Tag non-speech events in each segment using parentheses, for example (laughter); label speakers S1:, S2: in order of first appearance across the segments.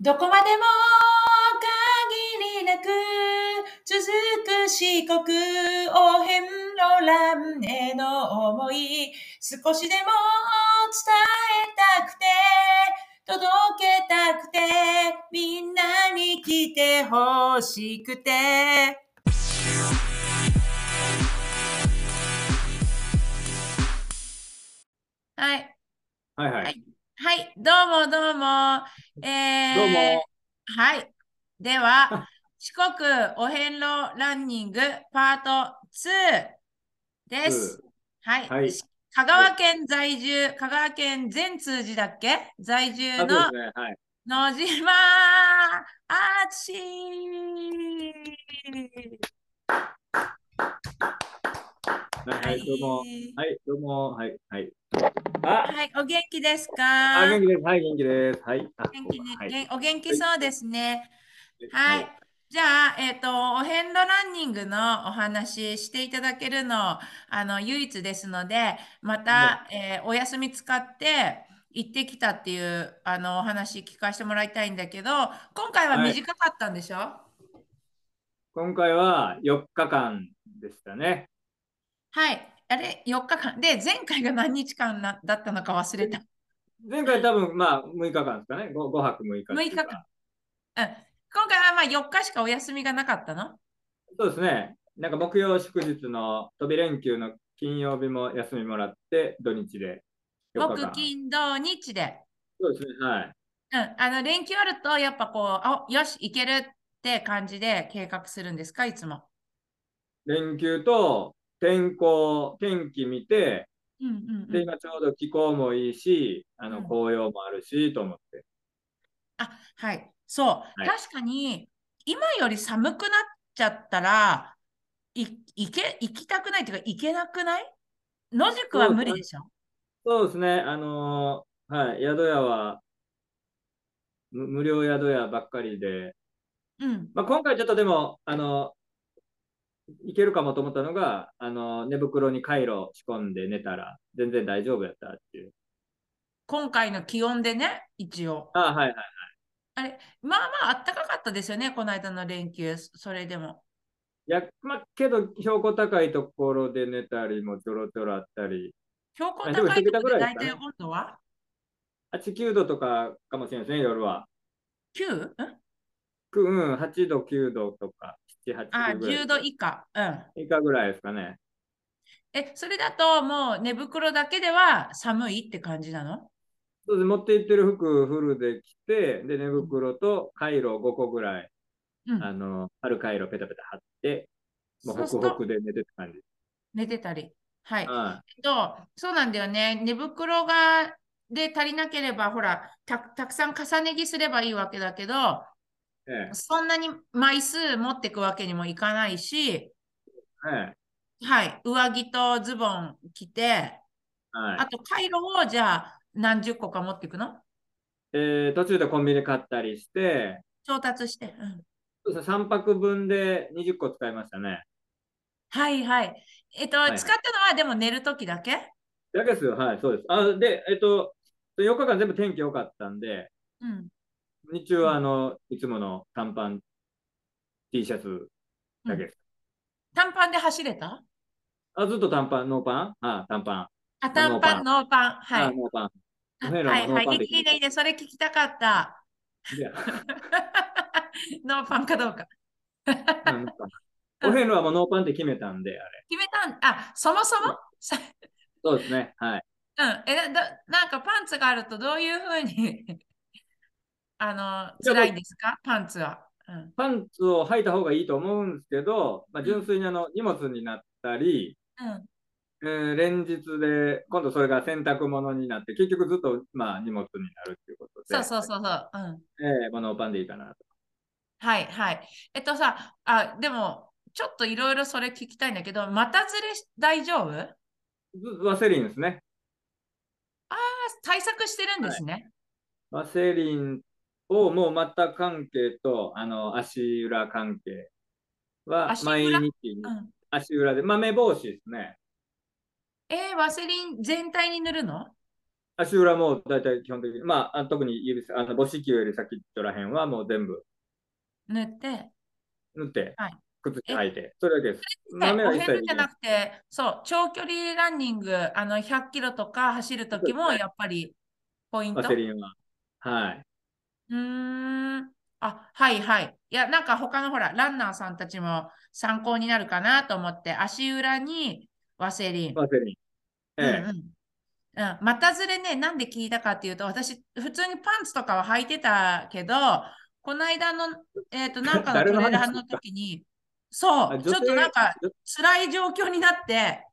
S1: どこまでも限りなく続く四国応変ロランへの思い少しでも伝えたくて届けたくてみんなに来てほしくてはい
S2: はいはい。
S1: はいはい、どうもどうも。えー
S2: どうも。
S1: はい。では、四国お遍路ランニングパート2です。はい、
S2: はい
S1: し香川県在住、香川県全通寺だっけ在住
S2: あそうで
S1: の
S2: すね。はい。
S1: 野島あつし。
S2: はい、はい、どうも。はい、どうも。はい、はい。あ、
S1: はい、お元気ですか
S2: あ元気です。はい、元気です。はい。あ
S1: 元気ね、
S2: はい
S1: げんお元気そうですね。
S2: は
S1: はいい。じゃあ、えっ、と、お遍路ランニングのお話ししていただけるの、あの、唯一ですので、また、えーお休み使って行ってきたっていう、あの、お話聞かせてもらいたいんだけど、今回は
S2: はい
S1: 短かったんでしょ、
S2: 今回は4日間でしたね。
S1: はい。あれ、4日間。で、前回が何日間なだったのか忘れた。
S2: 前回多分、まあ、6日間ですかね。5, 泊6日っていうか
S1: 六日間うん。今回はまあ4日しかお休みがなかったの
S2: そうですね。なんか木曜祝日の飛び連休の金曜日も休みもらって、土日で4日
S1: 木。
S2: 間
S1: 金土日で。
S2: そうですね。はい。
S1: うん、あの連休あると、やっぱこう、あ、よし、行けるって感じで計画するんですか、いつも。
S2: 連休と天候、天気見て、
S1: うんうんうん
S2: で、今ちょうど気候もいいし、あ
S1: う
S2: の
S1: ん
S2: 紅葉もあるし、と思って。
S1: あ、はい、そう、
S2: い
S1: 確かに、今より寒くなっちゃったら、い、行け、行きたくないというか、行けなくない野宿は無理でしょ。
S2: そうですね、あのーはい、宿屋はむ無料宿屋ばっかりで、
S1: うん。
S2: まあ、今回ちょっとでも、あの行けるかもと思ったのが、あの寝袋にカイロ仕込んで寝たら全然大丈夫やったっていう。
S1: 今回の気温でね、一応。
S2: あはいはい。
S1: まあまあ、暖かかったですよね、この間の連休、そそれでも。
S2: いや、まあ、けど、標高高いところで寝たりもちょろちょろあったり、
S1: 標高
S2: あでも
S1: 高いとこ
S2: 一桁ぐ
S1: ろ
S2: ら
S1: で
S2: いです
S1: 大
S2: かね
S1: 体温度は
S2: 8、9度とかかもしれないですね、夜は。
S1: 9? ん
S2: くうん、8度、9度とか、7、8
S1: あ、
S2: 度ぐらい
S1: 10度以下。うん。
S2: 以下ぐらいですかね。
S1: え、それだともう寝袋だけでは寒いって感じなの
S2: そうです持って行ってる服フルで着て、で、寝袋とカイロ5個ぐらい、
S1: うん
S2: あの、あるカイロペタペタ貼って、もう
S1: そうす
S2: ホク
S1: る
S2: ホ
S1: と
S2: クで寝てる感じ。
S1: 寝てたり。はい。
S2: は
S1: えっと、そうなんだよね。寝袋がで足りなければ、ほら、た、たくさん重ね着すればいいわけだけど、
S2: い。え
S1: そんなに枚数持ってくわけにもいかないし、
S2: えええ
S1: はい。上着とズボン着て、
S2: は
S1: あ
S2: い。
S1: とカイロをじゃあ何十個か持っていくの
S2: えー途中でコンビニ買ったりして、
S1: 調達して。うん。
S2: そうですね3泊分で20個使いましたね。
S1: はいはい。えっと、
S2: いはい
S1: 使ったのはでも寝るときだけ
S2: だけですよ。はい、そうです。あ、で、えっと、4日間全部天気良かったんで、
S1: うん。
S2: 日中は、あの、いつもの短パン、T シャツだけです。
S1: 短パンで走れた
S2: あ、ずっと短パン、ノーパンはい、短パン。
S1: あ、短パン、ノーパン。は
S2: あ、
S1: い。
S2: ノーパン。
S1: あ
S2: お部屋の
S1: はい
S2: ノーパ
S1: は
S2: ン
S1: い。
S2: で
S1: いいね、いいね。それ聞きたかった。
S2: いや
S1: ノーパンかどうか。
S2: な
S1: (laughs)
S2: んかお遍路はもうノーパンって決めたんで、あれ。
S1: 決めたん、あ、そもそもさ
S2: そうですね。はい。
S1: うん。え、なだなんかパンツがあるとどういうふうにあの、
S2: いや
S1: 辛いんですかパンツは。うん。
S2: パンツを履いた方がいいと思うんですけど、まあ、純粋にあの荷物になったり、
S1: うん。
S2: えー連日で、今度それが洗濯物になって、結局ずっと、まあ、荷物になるっていうことで、
S1: そうそうそうそう。うん。
S2: えーまあノーパンでいいかなと。
S1: はいはい。えっとさ、あ、でも、ちょっといろいろそれ聞きたいんだけど、股ずれし大丈夫あ
S2: ずワセリンですね。
S1: 対策してるんですね。
S2: ワセリンをもう股関係とあの足裏関係は
S1: 足裏
S2: 毎日に
S1: うん。
S2: 足裏で、まあ、目帽子ですね。
S1: えーワセリン全体に塗るの
S2: 足裏も大体基本的に、まあ、あ特に指先、あの母子球より先っちょらへんはもう全部
S1: 塗って、
S2: 塗って
S1: はい、
S2: 靴履いて、それだけです。豆
S1: で
S2: は
S1: お
S2: 一切
S1: 遍路
S2: でき
S1: じゃ
S2: ない
S1: なくて、そう、長距離ランニング、あの、100キロとか走るときも、やっぱり、ポイント。
S2: ワセリンは。はい。
S1: うーん。あ、はいはい。いや、なんか他のほら、ランナーさんたちも参考になるかなと思って、足裏にワセリン。
S2: ワセリン。ええ
S1: うんうんうん、股ずれね、なんで聞いたかっていうと、私、普通にパンツとかは履いてたけど、この間の、えっと、なんかの
S2: 誰
S1: ト
S2: の
S1: レーラ
S2: 話
S1: ーの
S2: ですか
S1: 時に、そ
S2: あ
S1: う、
S2: 女
S1: ちょっと
S2: 性
S1: なんか
S2: 女
S1: 辛い状況になって、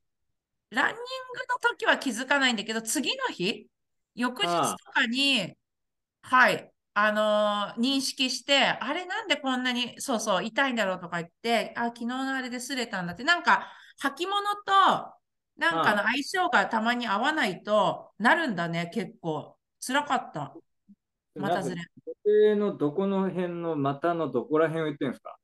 S1: ランニングの時は気づかないんだけど、次の日、翌
S2: あ
S1: 日
S2: あ
S1: とかに、はい、あのー認識して、あれなんでこんなに、そうそう、痛いんだろうとか言って、あ、昨日のあれで擦れたんだって、なんか、履物と、なんかの相性がたまに合わないとなるんだね、結構。辛かった。またずれ。 (laughs)
S2: 女性のどこの辺の股のどこら辺を言ってるんですか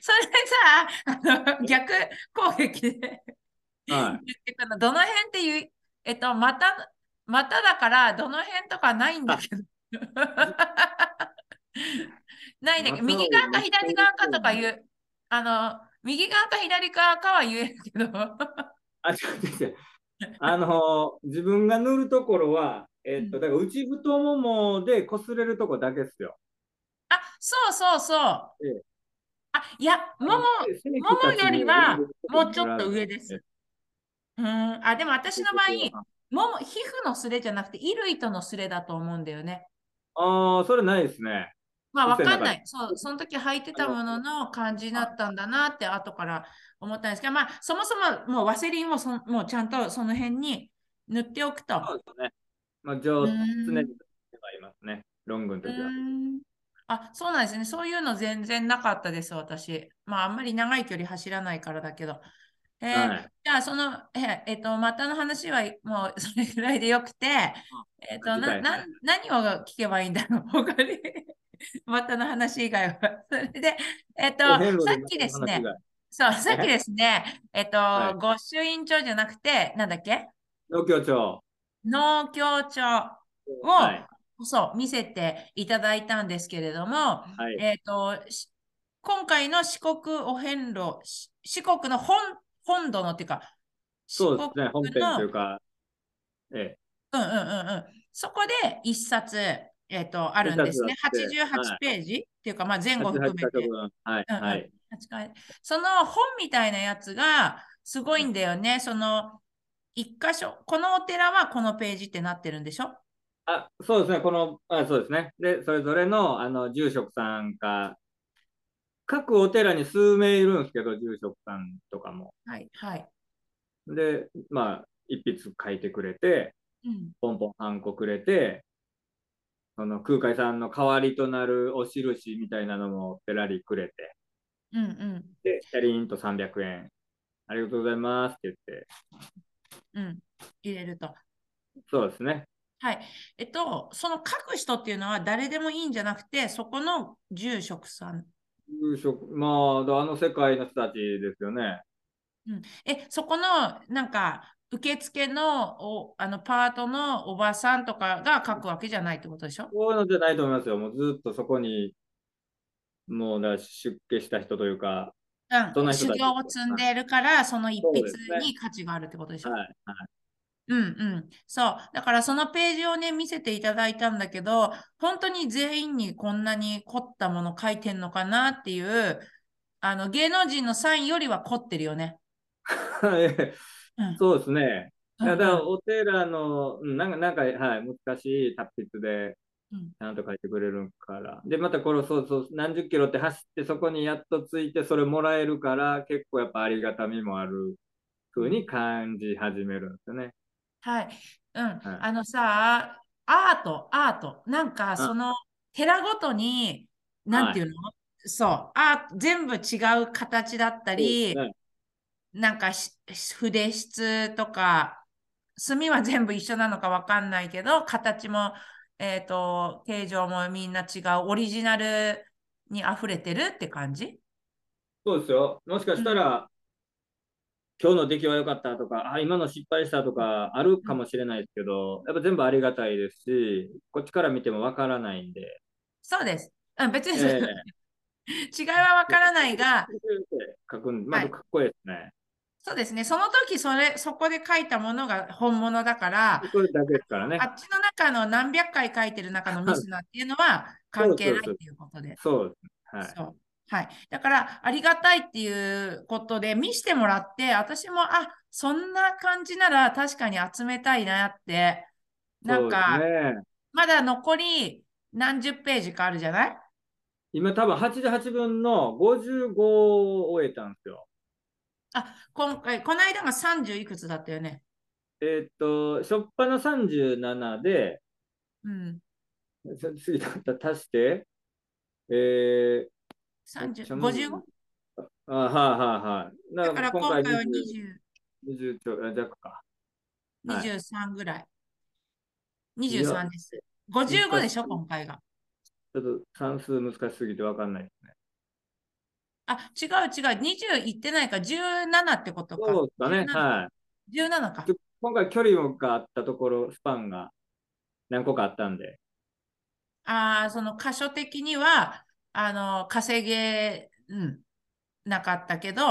S1: それさ、あの逆攻撃で言
S2: は
S1: (laughs) ってくの。どの辺っていう、えっと、また、まただから、どの辺とかないんだけど。 (laughs) ないんだけど、
S2: 股を
S1: 右側か左側かとか言う、あの、右側か左側かは言えるけど、 (laughs)
S2: あ、違う違う違う。あのー自分が塗るところは、えっと、
S1: うん
S2: だから内太ももで擦れるとこだけですよ。
S1: あ、そうそうそう。
S2: え
S1: あ、いや、もも、ももよりはもうちょっと上です。うん、あ、でも私の場合、もも、皮膚のすれじゃなくて、衣類とのすれだと思うんだよね。
S2: ああ、それないですね。
S1: まあ、わ
S2: そう
S1: か
S2: や
S1: ん
S2: な
S1: ない。そう、その時履いてたものの感じだったんだなって、後から思ったんですけど、まあ、そもそも、もうワセリンをそん、もうちゃんとその辺に塗っておくと。
S2: そうですね。まあ、上
S1: う
S2: 常に
S1: ん
S2: 塗ってはいますね。ロングの時
S1: う
S2: は。
S1: んあ、そうなんですね。そういうの全然なかったです、私。まあ、あんまり長い距離走らないからだけど。えー
S2: はい
S1: じゃあ、その、えーえっと、またの話はもうそれぐらいでよくて、えっと、
S2: 次
S1: な、
S2: 回
S1: な、何を聞けばいいんだろう、 (laughs) 他に。またの話以外は。それで、えっと、
S2: お遍路
S1: さ
S2: で
S1: っきです
S2: 股の
S1: ね、
S2: 話が
S1: そう、さっきですね、えっと、
S2: はい
S1: 御朱印帳じゃなくて、なんだっけ
S2: 農協長。
S1: 農協帳。を
S2: はい。
S1: そう、見せていただいたんですけれども、
S2: はい。
S1: えっ、と、し今回の四国お遍路、し四国の本、本土のっていうか、
S2: そう
S1: 四
S2: ですね。本
S1: 国
S2: 編
S1: の、
S2: というか、え
S1: うんうんうんうん、そこで一冊、えっ、と、あるんですね。
S2: 一冊あっては
S1: 88
S2: い
S1: ページ、っていうか、まあ、前
S2: え。
S1: 後含め
S2: 88
S1: て
S2: カ。国はい。
S1: うんうん
S2: はい。
S1: 確かにその本みたいなやつがすごいんだよね。その一箇所、このお寺はこのページってなってるんでしょ
S2: あ、そうですね。この、あ、そうですね。で、それぞれの、あの、住職さんか、各お寺に数名いるんですけど、住職さんとかも。
S1: はい。はい。
S2: で、まあ、一筆書いてくれて、
S1: うん。
S2: ポンポンハンコくれて、その空海さんの代わりとなるお印みたいなのもペラリくれて、
S1: うんうん。
S2: で、チャリンと300円、ありがとうございますって言って、
S1: うん、入れると。
S2: そうですね。
S1: はい。えっと、その書く人っていうのは誰でもいいんじゃなくて、そこの住職さん。
S2: 夕食、まあ、だあの世界の人たちですよね。
S1: うん、え、そこの、なんか、受付のおあのパートのおばさんとかが書くわけじゃないってことでしょ
S2: そういうのじゃないと思いますよ。もうずっとそこに、もうだ出家した人というか、
S1: う
S2: そん
S1: ん、
S2: な
S1: 修
S2: 人たち
S1: 行を積んでいるから、その一
S2: そう
S1: 筆
S2: ですね
S1: に価値があるってことでしょ
S2: はい、はい。
S1: うんうん。そう。だからそのページをね、見せていただいたんだけど、本当に全員にこんなに凝ったもの書いてんのかなっていう、あの、芸能人のサインよりは凝ってるよね。
S2: はい (laughs)
S1: うん
S2: そうですね。
S1: う
S2: た
S1: ん
S2: だ
S1: うん
S2: お寺の、うんなんか、なんか、はい、難しい達筆で
S1: うん、
S2: ちゃんと書いてくれるから。で、またこれ、そうそう、何十キロって走って、そこにやっと着いて、それもらえるから、結構やっぱありがたみもある風に感じ始めるんですよね。
S1: はい。うん。
S2: い
S1: あのさ、アート、アート。なんか、その、寺ごとに、なんていうのそう。アート全部違う形だったり、
S2: そうですね
S1: なんかし筆質とか、墨は全部一緒なのかわかんないけど、形も、えっと、形状もみんな違う、オリジナルに溢れてるって感じ
S2: そうですよ。もしかしたら、今日の出来は良かったとか、あ、今の失敗したとかあるかもしれないですけど、やっぱ全部ありがたいですし、こっちから見てもわからない
S1: (laughs)
S2: んで。
S1: そうです。うん、別
S2: え
S1: に、
S2: え
S1: (laughs) 違いはわからないが、
S2: 書くん、まあ、かっこいいですね。
S1: そうですね。その時それ、そこで書いたものが本物だから、
S2: これだけですからね
S1: あ。っちの中の何百回書いてる中のミスなんていうのは関係ないっていうことで。
S2: そうですね。
S1: そうはい、だからありがたいっていうことで見してもらって私もあそんな感じなら確かに集めたいなって
S2: はい。
S1: なん
S2: そう
S1: か、
S2: ですね、
S1: まだ残り何十ページかあるじゃない
S2: 今多分88分の55を終えたんですよ。
S1: あ今回この間が30いくつだったよね。
S2: えーっと、初っ端の37で、
S1: うん、
S2: そ次だった足して、えー、
S1: 30
S2: めっちゃ
S1: 55?
S2: あはいはいはい。
S1: だから今回は20
S2: 20ちょあ弱か。はい
S1: 23ぐらい。
S2: いや
S1: 23です。55でしょ、
S2: 難しい
S1: 今回が。
S2: ちょっと算数難しすぎて分かんないですね。
S1: あ、違う違う。20いってないか、17ってことか。
S2: そうだね。
S1: 17
S2: はい。
S1: 17か
S2: ちょ。今回距離があったところ、スパンが何個かあったんで。
S1: ああ、その箇所的には、あの、稼げ、うん、なかったけど、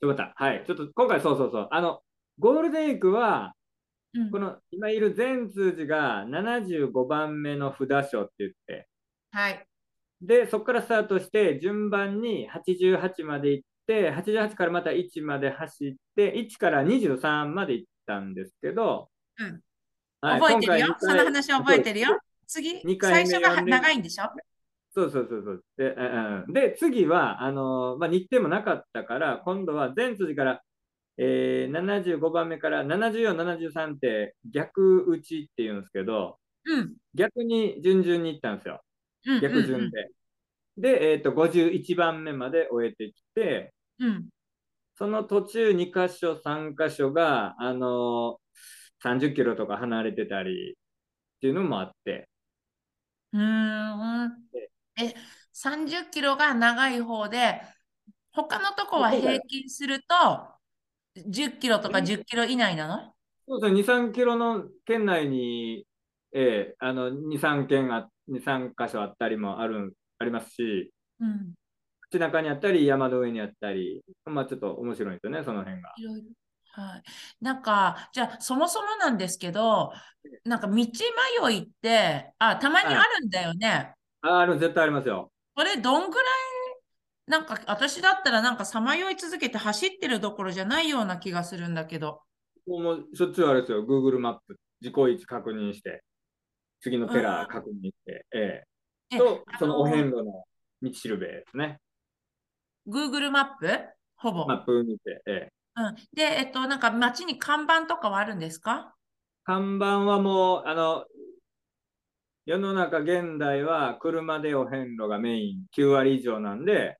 S2: ちょっと待った。はい。ちょっと今回、そうそうそう。あの、ゴールデンウィークは、
S1: うん
S2: この今いる全通じが75番目の札所って言って、
S1: はい。
S2: で、そこからスタートして、順番に88まで行って、88からまた1まで走って、1から23まで行ったんですけど、
S1: うん
S2: はい
S1: 覚えてるよ
S2: 今。
S1: そ
S2: 回
S1: の話覚えてるよ。次、
S2: 二
S1: 最
S2: 回目
S1: 初が
S2: 四連
S1: 長いんでしょ
S2: そうそうそうそう。で、うんうん、で次は、あのーまあ、日程もなかったから、今度は全筋から、えー、75番目から74、73って逆打ちっていうんですけど、
S1: うん。
S2: 逆に順々に行ったんですよ。
S1: うん。
S2: 逆順で。で、えっ、と、51番目まで終えてきて、
S1: うん。うん。
S2: その途中2箇所、3箇所が、あのー30キロとか離れてたりっていうのもあって、
S1: うーん。え、30キロが長い方で、他のとこは
S2: そうだよ
S1: 平均すると、10キロとか10キロ以内なの
S2: そうそう、2、3キロの圏内に、ええあの、2、3軒あ、2、3箇所あったりもある、ありますし、
S1: うん。
S2: 口中にあったり、山の上にあったり、まあちょっと面白いんですよね、その辺が。
S1: いろいろ。はい。なんか、じゃあ、そもそもなんですけど、なんか道迷いって、あ、たまに
S2: はい
S1: あるんだよね。
S2: あ、ある、絶対ありますよ。
S1: これ、どんぐらい、なんか、私だったら、なんか、さまよい続けて走ってるどころじゃないような気がするんだけど。
S2: もうもうしょっちゅうあれですよ、Google マップ、自己位置確認して、次のテラー確認して、ええ
S1: え
S2: と、そのお
S1: あの
S2: 遍路の道しるべですね。
S1: Google マップほぼ。
S2: マップ見て、ええ
S1: うん。で、えっと、なんか、街に看板とかはあるんですか
S2: 看板はもう、あの、世の中現代は車でお遍路がメイン9割以上なんで、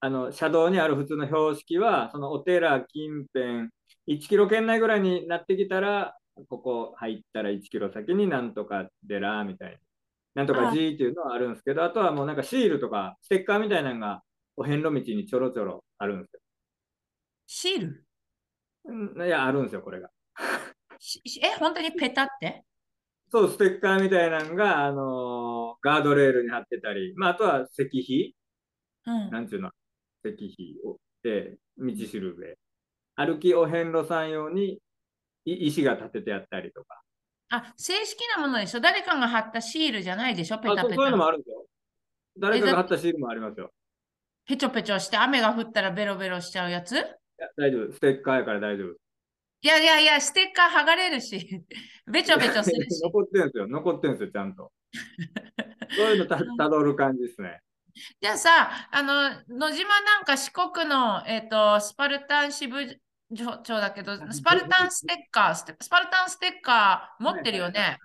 S2: あの、車道にある普通の標識は、そのお寺近辺、1キロ圏内ぐらいになってきたら、ここ入ったら1キロ先になんとか寺みたいに、なんと
S1: あ
S2: か
S1: あ
S2: G っていうのはあるんですけど、あとはもうなんかシールとかステッカーみたいなのがお遍路道にちょろちょろあるんです
S1: シール
S2: よ。うんいや、あるんですよ、これが。
S1: ししえ、本当にペタって
S2: そう、ステッカーみたいなのが、あのーガードレールに貼ってたり、まあ、あとは石碑、
S1: うん。
S2: なんていうの、石碑を、で、道しるべ。歩きお遍路さん用にい石が立ててあったりとか。
S1: あ、正式なものでしょ誰かが貼ったシールじゃないでしょペ
S2: あ
S1: タ
S2: そ
S1: ペタ。
S2: うそういうのもあるんですよ。誰か
S1: え
S2: が
S1: だ
S2: 貼ったシールもありますよ。
S1: ペチョペチョして雨が降ったらベロベロしちゃうやつ
S2: いや大丈夫。ステッカーやから大丈夫。
S1: いやいやいや、ステッカー剥がれるし、 (laughs) べちょべちょする
S2: (laughs)
S1: し。
S2: 残ってんすよ。残ってんすよ、ちゃんと。
S1: (laughs)
S2: そういうのたたどる感じですね。
S1: じゃあさ、あの、野島なんか四国の、えっと、スパルタン支部長だけど、スパルタンステッカー、ステスパルタンステッカー持ってるよね。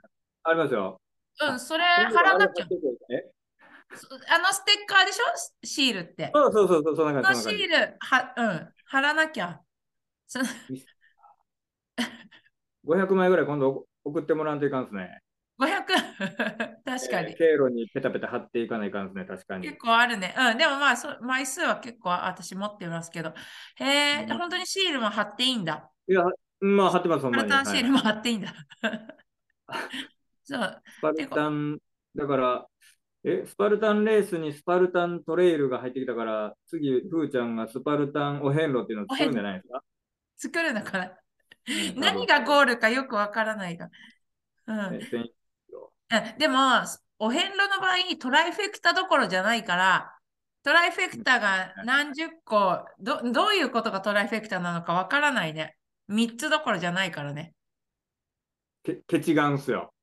S2: ありますよ。
S1: うん、それ貼らなきゃ。
S2: え
S1: そあのステッカーでしょシールって。
S2: そうそうそうそう、そん
S1: そ
S2: な
S1: の
S2: 感じ。そ
S1: シ
S2: んな感
S1: ール、は、うん、貼らなきゃ。その
S2: じ500枚ぐらい今度送ってもらわんといかんですね。
S1: 500 (laughs) 確か
S2: え
S1: に
S2: ー。経路にペタペタ貼っていかないかんですね、確かに。
S1: 結構あるね。うん、でもまあそ、枚数は結構私持ってますけど。へえ、
S2: うん
S1: 本当にシールも貼っていいんだ。
S2: いや、まあ貼ってます、ほん
S1: パ
S2: ま
S1: ル
S2: に。
S1: タンシールも貼っていいんだ。 (laughs) そう、
S2: スパルタン、だから、え、スパルタンレースにスパルタントレイルが入ってきたから、次、ふーちゃんがスパルタンお遍路っていうのを作るんじゃないですか
S1: 作るのかな。
S2: うん
S1: (laughs) 何がゴールかよくわからないが。うん。
S2: え全員
S1: うんでも、お遍路の場合、トライフェクタどころじゃないから、トライフェクタが何十個、どどういうことがトライフェクタなのかわからないね。3つどころじゃないからね。
S2: け、ケチガンっすよ。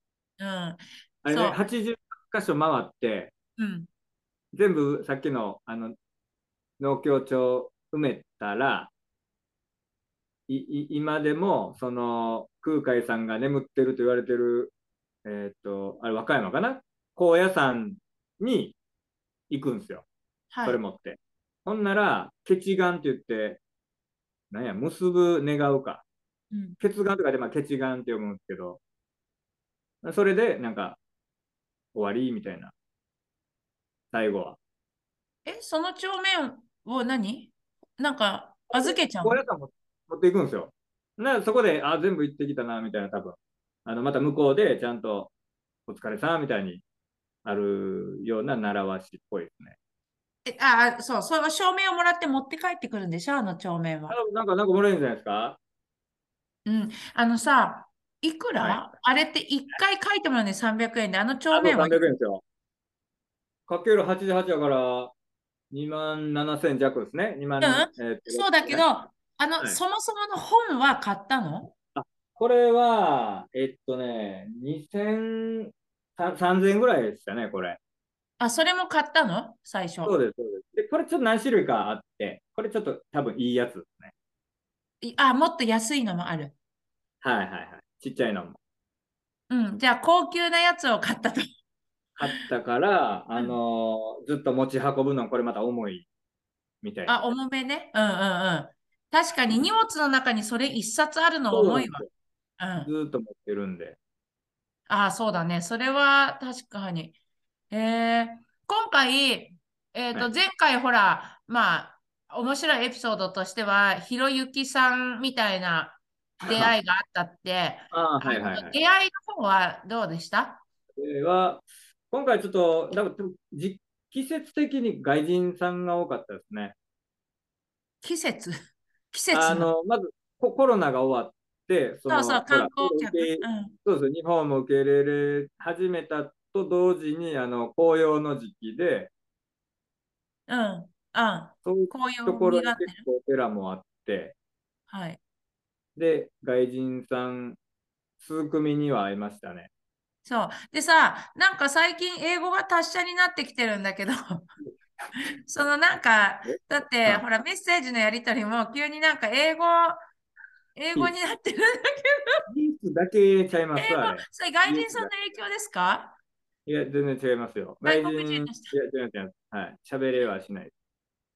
S1: うん。
S2: あれ
S1: そう
S2: ね、80箇所回って、
S1: うん。
S2: 全部さっきの、あの、農協帳埋めたら、いい今でも、その、空海さんが眠ってると言われてる、えーっと、あれ、和歌山かな高野山に行くんですよ。
S1: はい
S2: それ。持って。ほんなら、血眼って言って、なんや、結ぶ願うか。
S1: うん
S2: 血眼とかで、まあ、血眼って読むんですけど、それで、なんか、終わりみたいな。最後は。
S1: え、その帳面を何なんか預けちゃう
S2: 高野山も持っていくんですよ。なそこで、あ、全部行ってきたな、みたいな、多分。あの、また向こうで、ちゃんと、お疲れさん、みたいに、あるような習わしっぽいですね。
S1: えああ、そう、その証明をもらって持って帰ってくるんでしょ、あの帳面は。
S2: あなんか、なんかもらえるんじゃないですか
S1: うん。あのさ、いくら、
S2: は
S1: あれって1回書いてもらうね、300円で、あの帳
S2: あと
S1: 面は
S2: 300円ですよ。かける88だから、2万7000弱ですね。2万、
S1: うん
S2: えーっと
S1: そうだけど、あの、
S2: はい
S1: そもそもの本は買ったの
S2: これは、えっとね、2000、さ3000ぐらいでしたね、これ。
S1: あ、それも買ったの最初。
S2: そうです、そうです。で、これちょっと何種類かあって、これちょっと多分いいやつですね。
S1: いあ、もっと安いのもある。
S2: はいはいはい。ちっちゃいのも。
S1: うん。じゃあ、高級なやつを買ったと。
S2: 買ったから、あのーずっと持ち運ぶの、これまた重い、みたいな。
S1: あ、重めね。うんうんうん。確かに荷物の中にそれ1冊あるの
S2: そうなん
S1: 重
S2: で
S1: い
S2: す
S1: わ。
S2: よ
S1: うん。
S2: ずっと持ってるんで。
S1: ああ、そうだね。それは確かに。えー、今回、えーと、
S2: はい
S1: 前回ほら、まあ、面白いエピソードとしては、ひろゆきさんみたいな出会いがあったって、
S2: あーはいはいはい。
S1: 出会いの方はどうでした
S2: これは、今回ちょっと、多分じ季節的に外人さんが多かったですね。
S1: 季節 (laughs) 季節
S2: あ
S1: の。
S2: の、まずココロナが終わって、そ
S1: そうそう、
S2: ほら
S1: 観光
S2: 受
S1: 客。
S2: け入
S1: う
S2: れ
S1: ん。
S2: そうです、日本も受け入れ始めたと同時に、あの、紅葉の時期で、
S1: うん。うん。
S2: そういう
S1: 紅葉
S2: ところ
S1: に
S2: に
S1: なっ
S2: 結
S1: てる。
S2: 構お寺もあって、
S1: はい。
S2: で、外人さん、数組には会いましたね。
S1: そう。でさ、なんか最近英語が達者になってきてるんだけど、 (laughs) そのなんか
S2: え、
S1: だって
S2: うん
S1: ほらメッセージのやり取りも急になんか英語、英語になってるん (laughs) だ
S2: ニースだけちゃいます、
S1: けど、英語
S2: あれ。、
S1: それ外人さんの影響ですか
S2: いや、全然違いますよ。
S1: 外
S2: 外
S1: 国
S2: 人、
S1: 人
S2: いや
S1: の人、
S2: 違う違う違う。はい。喋れはしない。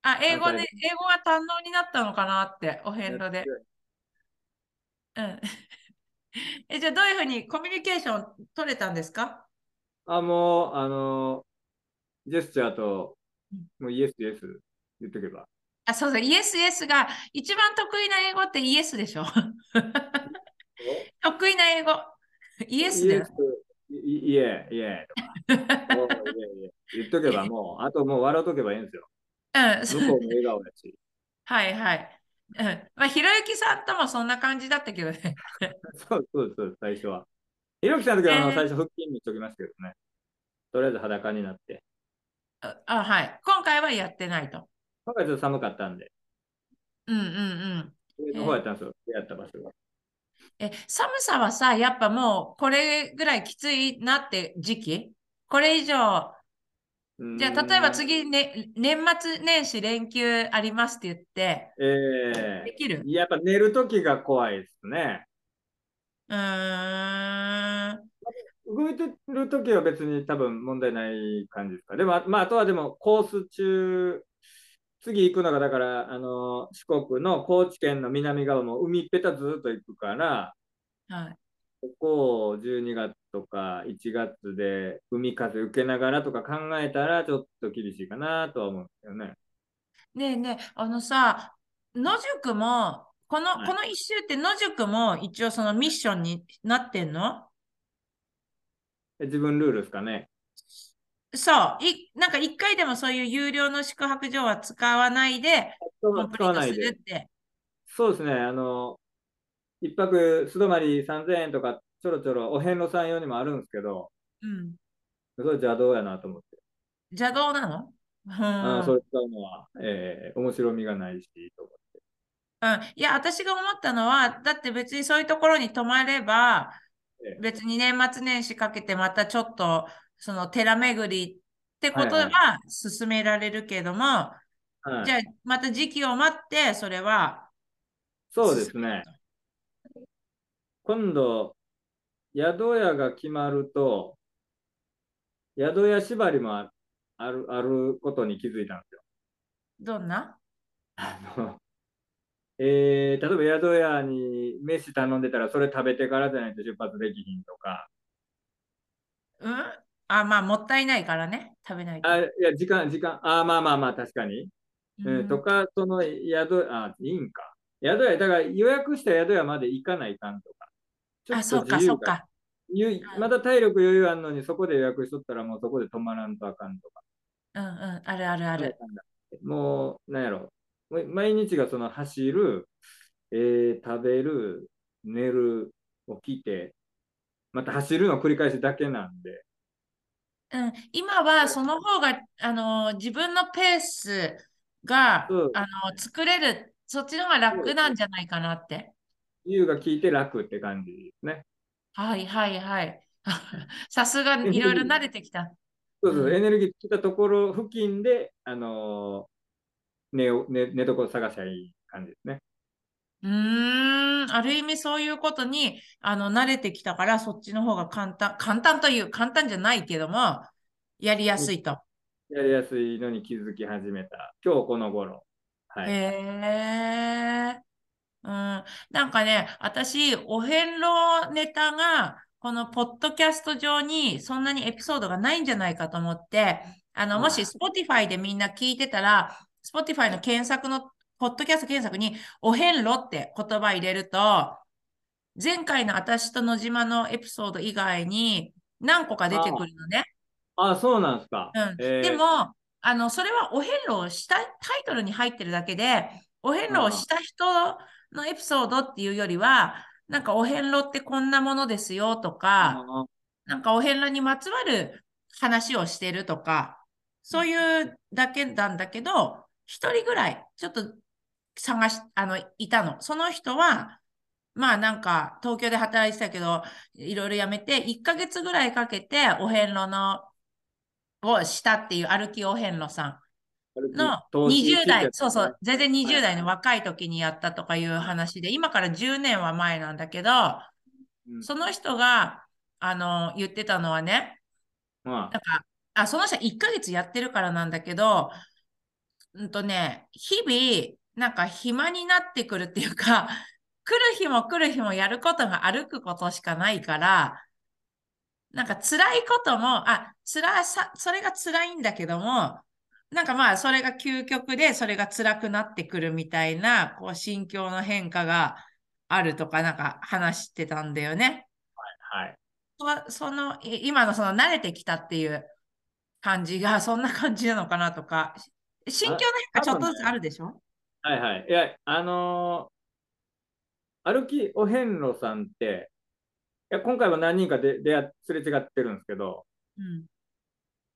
S1: あ、英語で、
S2: 反対
S1: 英語が堪能になったのかなって、お遍路で。うん。 (laughs) え、じゃあどういうふうにコミュニケーション取れたんですか
S2: あ、もう、あの、ジェスチャーと
S1: うん、
S2: もうイエス、イエス言っとけば。
S1: あ、そうそう、イエスイエスが、一番得意な英語ってイエスでしょ (laughs) 得意な英語。イエス
S2: イ
S1: だ
S2: エ
S1: よ
S2: ス。、イエ、イエとか、おうイエイエ言っとけばもう、あともう笑うとけばいいんですよ。
S1: うん、そう
S2: 向こうも笑顔やし。
S1: はいはい。うん、まあ、ひろゆきさんともそんな感じだったけどね。
S2: そうそうそう、最初は。ひろきさんの時はあ
S1: え
S2: の
S1: ー
S2: 最初腹筋見しときますけどね。とりあえず裸になって。
S1: あ、あはい。今回はやってないと。
S2: 今回ちょっと寒かったんで、
S1: うんうんうん。
S2: 上の方やったんですよ、出会った場所が。
S1: え、寒さはさ、やっぱもうこれぐらいきついなって時期これ以上、じゃあ例えば次、ね、年末年始連休ありますって言って、
S2: うーん。え
S1: できる
S2: ー、やっぱ寝る時が怖いですね。
S1: うーん。
S2: 動いてるときは別に多分問題ない感じですか。でも、あまあ、あとはでもコース中、次行くのが、だから、あの、四国の高知県の南側も海っぺたずっと行くから、
S1: はい。
S2: ここを12月とか1月で海風受けながらとか考えたらちょっと厳しいかなとは思うんですよね。
S1: ねえねえ、あのさ、野宿も、この、
S2: はい
S1: この一周って野宿も一応そのミッションになってんの
S2: え自分ルールですかね。
S1: そう、い、なんか一回でもそういう有料の宿泊所は使わないで、
S2: 使
S1: コ
S2: わ
S1: ンプリート
S2: な
S1: す
S2: いで
S1: る。って。
S2: そうですね。あの、一泊素泊まり3000円とかちょろちょろお遍路さん用にもあるんですけど、
S1: うん。
S2: それ邪道やなと思って。
S1: 邪道なの
S2: あ
S1: う
S2: ー
S1: ん。
S2: そういったのは、えー面白みがないしと思って。
S1: うん、いや、私が思ったのは、だって別にそういうところに泊まれば
S2: ええ、
S1: 別に年末年始かけてまたちょっと、その寺巡りってこと
S2: はい
S1: は
S2: はい
S1: 進められるけども、
S2: はい、
S1: じゃあまた時期を待って、それは、
S2: そうですね。今度、宿屋が決まると、宿屋縛りもああるあることに気づいたんですよ。
S1: どんな
S2: あのえー例えば宿屋に飯頼んでたらそれ食べてからじゃないと出発できひんとか、
S1: うんあ、まあ、もったいないからね、食べないと。
S2: あいや時間、時間、あーまあまあまあ、確かに。うん
S1: うん
S2: とか、その宿、あ、いいんか。宿屋、だから予約した宿屋まで行かないかんとか。ちょっ
S1: あ、
S2: と
S1: そうか、
S2: 自由
S1: そう
S2: が
S1: か。
S2: ゆいまだ体力余裕あんのに、そこで予約しとったら、もうそこで止まらんとあかんとか。
S1: うんうん、あるあるある。
S2: もう、なんやろ。もう毎日がその走る、えー食べる、寝る、起きて、また走るの繰り返しだけなんで。
S1: うん、今はその方が、あのー自分のペースが、
S2: うん
S1: あのー作れる、そっちの方が楽なんじゃないかなって。
S2: 自由が効いて楽って感じですね。
S1: はいはいはい。 (laughs) さすがいろいろ慣れてきた。
S2: そうそうう、
S1: ん
S2: エネルギー来たところ付近で、あのー寝を寝寝床を探したらいい感じですね。
S1: うーん、ある意味そういうことに、あの、慣れてきたから、そっちの方が簡単、簡単という、簡単じゃないけども、やりやすいと。
S2: やりやすいのに気づき始めた。今日この頃。はい。
S1: へえ。うん、なんかね、私、お遍路ネタが、このポッドキャスト上にそんなにエピソードがないんじゃないかと思って、あの、もし Spotify でみんな聞いてたら、Spotify の検索の、ポッドキャスト検索に、お遍路って言葉入れると、前回の私と野島のエピソード以外に何個か出てくるのね。
S2: あ、そうなんですか。
S1: うん
S2: えー
S1: でもあのそれはお遍路をしたタイトルに入ってるだけでお遍路をした人のエピソードっていうよりはなんかお遍路ってこんなものですよとか
S2: あ
S1: なんかお遍路にまつわる話をしてるとかそういうだけなんだけど一人ぐらいちょっと探しあのいたのその人はまあなんか東京で働いてたけどいろいろやめて1ヶ月ぐらいかけてお遍路のをしたっていう歩きお遍路さんの20代、そうそ。
S2: ある
S1: う、全然20代の若い時にやったとかいう話で、今から10年は前なんだけど、
S2: うん
S1: その人が、あの、言ってたのはね、
S2: まあ、
S1: あ、その人1ヶ月やってるからなんだけど、うんとね、日々、なんか暇になってくるっていうか、 (laughs) 来る日も来る日もやることが歩くことしかないから、なんか辛いことも、あ、辛さ、それが辛いんだけども、なんかまあ、それが究極で、それが辛くなってくるみたいな、こう、心境の変化があるとか、なんか話してたんだよね。
S2: はい。
S1: はそのい今のその慣れてきたっていう感じがそんな感じなのかなとかし心境の変化ちょっとずつあるでしょ
S2: はいはい。いや、あのー歩きお遍路さんって、いや今回は何人かで出会っすれ違ってるんですけど、
S1: うん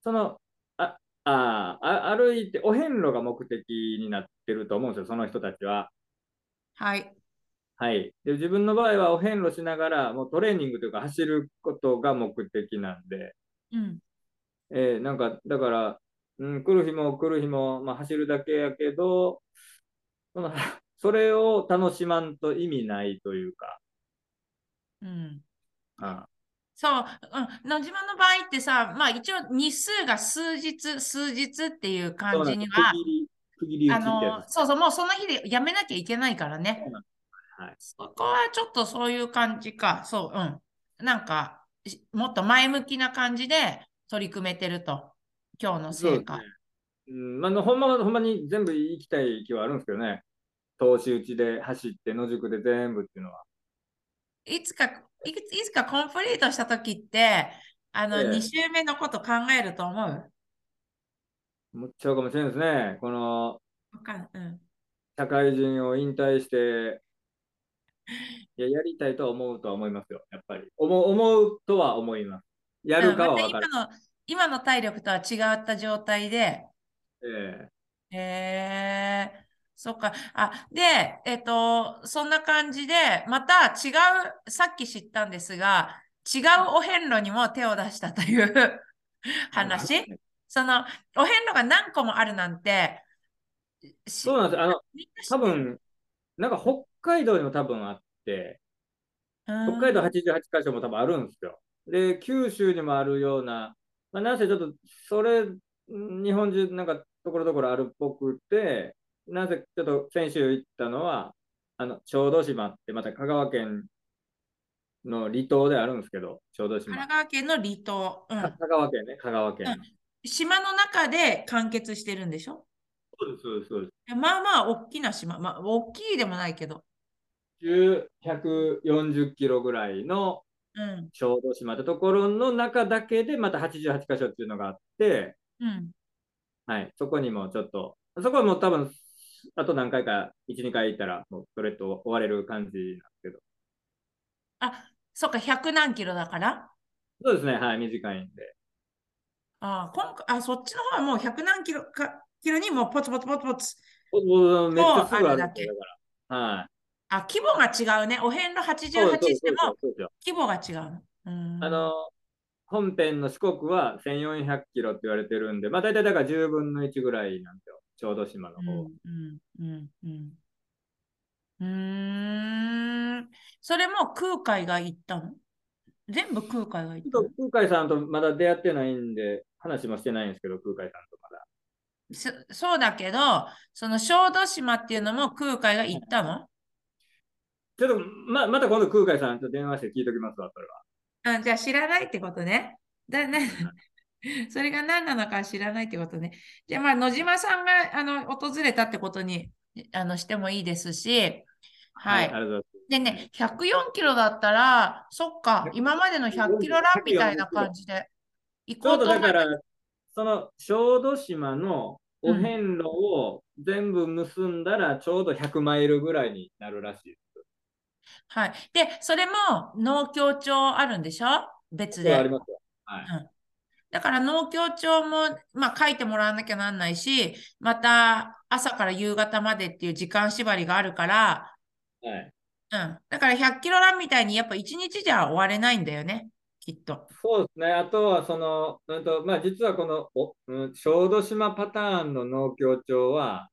S2: その、あ、ああ、歩いて、お遍路が目的になってると思うんですよ、その人たちは。
S1: はい
S2: はい。で、自分の場合はお遍路しながら、もうトレーニングというか走ることが目的なんで、
S1: うん
S2: えーなんか、だから、うん、来る日も来る日も、まあ、走るだけやけど、その (laughs) それを楽しまんと意味ないというか、
S1: うん
S2: あ
S1: そう、うん、野島の場合ってさまあ一応日数が数日数日っていう感じには
S2: そうなんです区切り、区切り打
S1: あ
S2: ちってや
S1: の
S2: つ。
S1: そうそうもうその日でやめなきゃいけないからね
S2: そうなんですはい
S1: そこはちょっとそういう感じかそううんなんか、しもっと前向きな感じで取り組めてると、今日の
S2: そう
S1: 成
S2: です
S1: 果。
S2: ね。うん、まあ、あのほんまは、ほんまに全部行きたい気はあるんですけどね。投資打ちで走って野宿で全部っていうのは。
S1: いつか、いついつかコンプリートした時って、あの、
S2: ええ
S1: 2週目のこと考えると思う
S2: むっちゃうかもしれないですね。この
S1: わかん、うん。
S2: 社会人を引退して、いや、やりたいとは思うとは思いますよ。やっぱり。思う、思うとは思います。や
S1: うん
S2: るかは
S1: また
S2: 分かる。
S1: 今の、今の体力とは違った状態で、
S2: え
S1: へえ、そっか。あ、で、えっと、そんな感じで、また違う、さっき知ったんですが、違うお遍路にも手を出したという
S2: (laughs) え
S1: 話。その、お遍路が何個もあるなんて、し
S2: そうなんです。あの、
S1: みんな知
S2: 多
S1: ってる
S2: 分、なんか北海道にも多分あって、北海道
S1: うん
S2: 88カ所も多分あるんですよ。で、九州にもあるような、まあ、なんせちょっと、それ、ん日本中、なんか、ところどころあるっぽくて、なぜ、ちょっと先週行ったのは、あの、小豆島って、また香川県の離島であるんですけど、小豆
S1: 神
S2: 島。
S1: 奈川県の離島。う
S2: あ
S1: ん。
S2: 香川県ね、香川県。
S1: うん島の中で完結してるんでしょ
S2: そうです、そうです、そうです。
S1: まあまあ、大きな島。まあ、大きいでもないけど。
S2: 10 140キロぐらいの
S1: うん。
S2: 小豆島ってところの中だけで、また88箇所っていうのがあって、
S1: うん。
S2: はい、そこにもちょっと、そこはもう多分、あと何回か、1、2回行ったら、もうそれと終われる感じなんですけど、
S1: あ、そっか、100何キロだから。
S2: そうですね、はい、短いんで。
S1: ああ、今回、あ、そっちの方はもう100何キロか、キロにもうポツポツポツポツ。
S2: おおめっちゃすぐ
S1: そう
S2: あ
S1: ある
S2: る
S1: だ
S2: んで
S1: け
S2: だから。はい。
S1: あ、規模が違うね。お遍路
S2: そ
S1: 88
S2: うそう
S1: して
S2: そうそう
S1: も
S2: そうですよ。
S1: 規模が違うの。うーん。
S2: あの、本編の四国は1400キロって言われてるんで、まあ大体だから10分の1ぐらいなんですよ、小豆島の
S1: う
S2: 方は。
S1: ん、うん、うん、うん。うーん。それも空海が行ったの全部空海が行っ
S2: ち
S1: た
S2: ょっ
S1: の
S2: と空海さんとまだ出会ってないんで、話もしてないんですけど、空海さんとまだ。
S1: そ、そうだけど、その小豆島っていうのも空海が行ったの
S2: ちょっとままた今度空海さんと電話して聞いときますわ、それは。
S1: あ、じゃあ知らないってことね。だ、な、 (laughs) それが何なのか知らないってことね。じゃあ、まあ、野島さんがあの訪れたってことにあのしてもいいですし、はい。
S2: ありがとうございます。
S1: でね、104キロだったら、そっか、今までの100キロランみたいな感じで行
S2: ちょ
S1: こ
S2: う
S1: う
S2: ど
S1: と思
S2: だ
S1: い
S2: か
S1: ます。
S2: ら、その小豆島のお遍路を全部結んだら、ちょうど100マイルぐらいになるらしいで
S1: はい。で、それも農協町あるんでしょ別
S2: す。そうあり
S1: で。
S2: ますよ。
S1: だから農協帳も、まあ、書いてもらわなきゃなんないし、また朝から夕方までっていう時間縛りがあるから、
S2: はい、
S1: うん。だから100キロランみたいにやっぱ1日じゃ終われないんだよね、きっと。
S2: そうですね。あとは、その、うんと、まあ、実はこのお、うん、小豆島パターンの農協長は、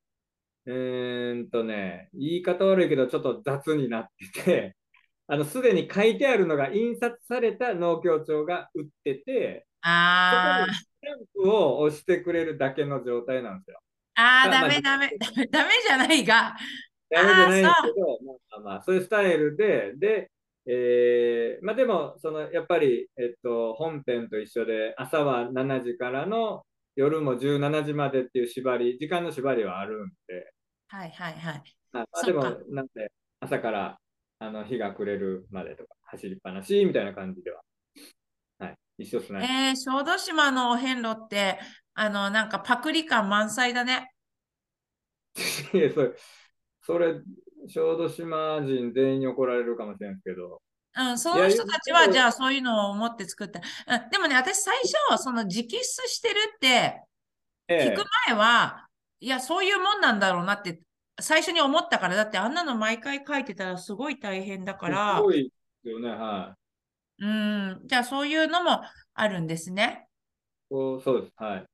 S2: うーんとね、言い方悪いけど、ちょっと雑になってて、 (laughs) あの、すでに書いてあるのが印刷された農協長が売ってて、そ
S1: あ
S2: こにスタンプを押してくれるだけの状態なんですよ。
S1: ー、あー、
S2: まあ
S1: ダメダメ、ダメダメじゃないが、
S2: ダメじゃないんですけど、まあまあ、そういうスタイルで、で、えーまあでも、その、やっぱり、えっと、本編と一緒で、朝は7時からの夜も17時までっていう縛り、時間の縛りはあるんで、
S1: はいはいはい。
S2: まあ、まあ
S1: そ
S2: で
S1: っ
S2: も
S1: か、
S2: なんで、朝から、あの、日が暮れるまでとか、走りっぱなし、みたいな感じでは、はい、一緒ですね。
S1: えー、小豆島のお遍路って、あの、なんかパクリ感満載だね。
S2: いや (laughs) それ、それ、小豆島人全員に怒られるかもしれないですけど、
S1: うん、そ
S2: い
S1: の
S2: や
S1: 人たちは、じゃあそういうのを思って作った。うん、でもね、私最初、その直筆してるって聞
S2: ええ
S1: く前は、いや、そういうもんなんだろうなって、最初に思ったから、だってあんなの毎回書いてたらすごい大変だか
S2: す
S1: ら、
S2: ごいですよね、はい。
S1: うん、じゃあそういうのもあるんですね。
S2: そうそうです。はい。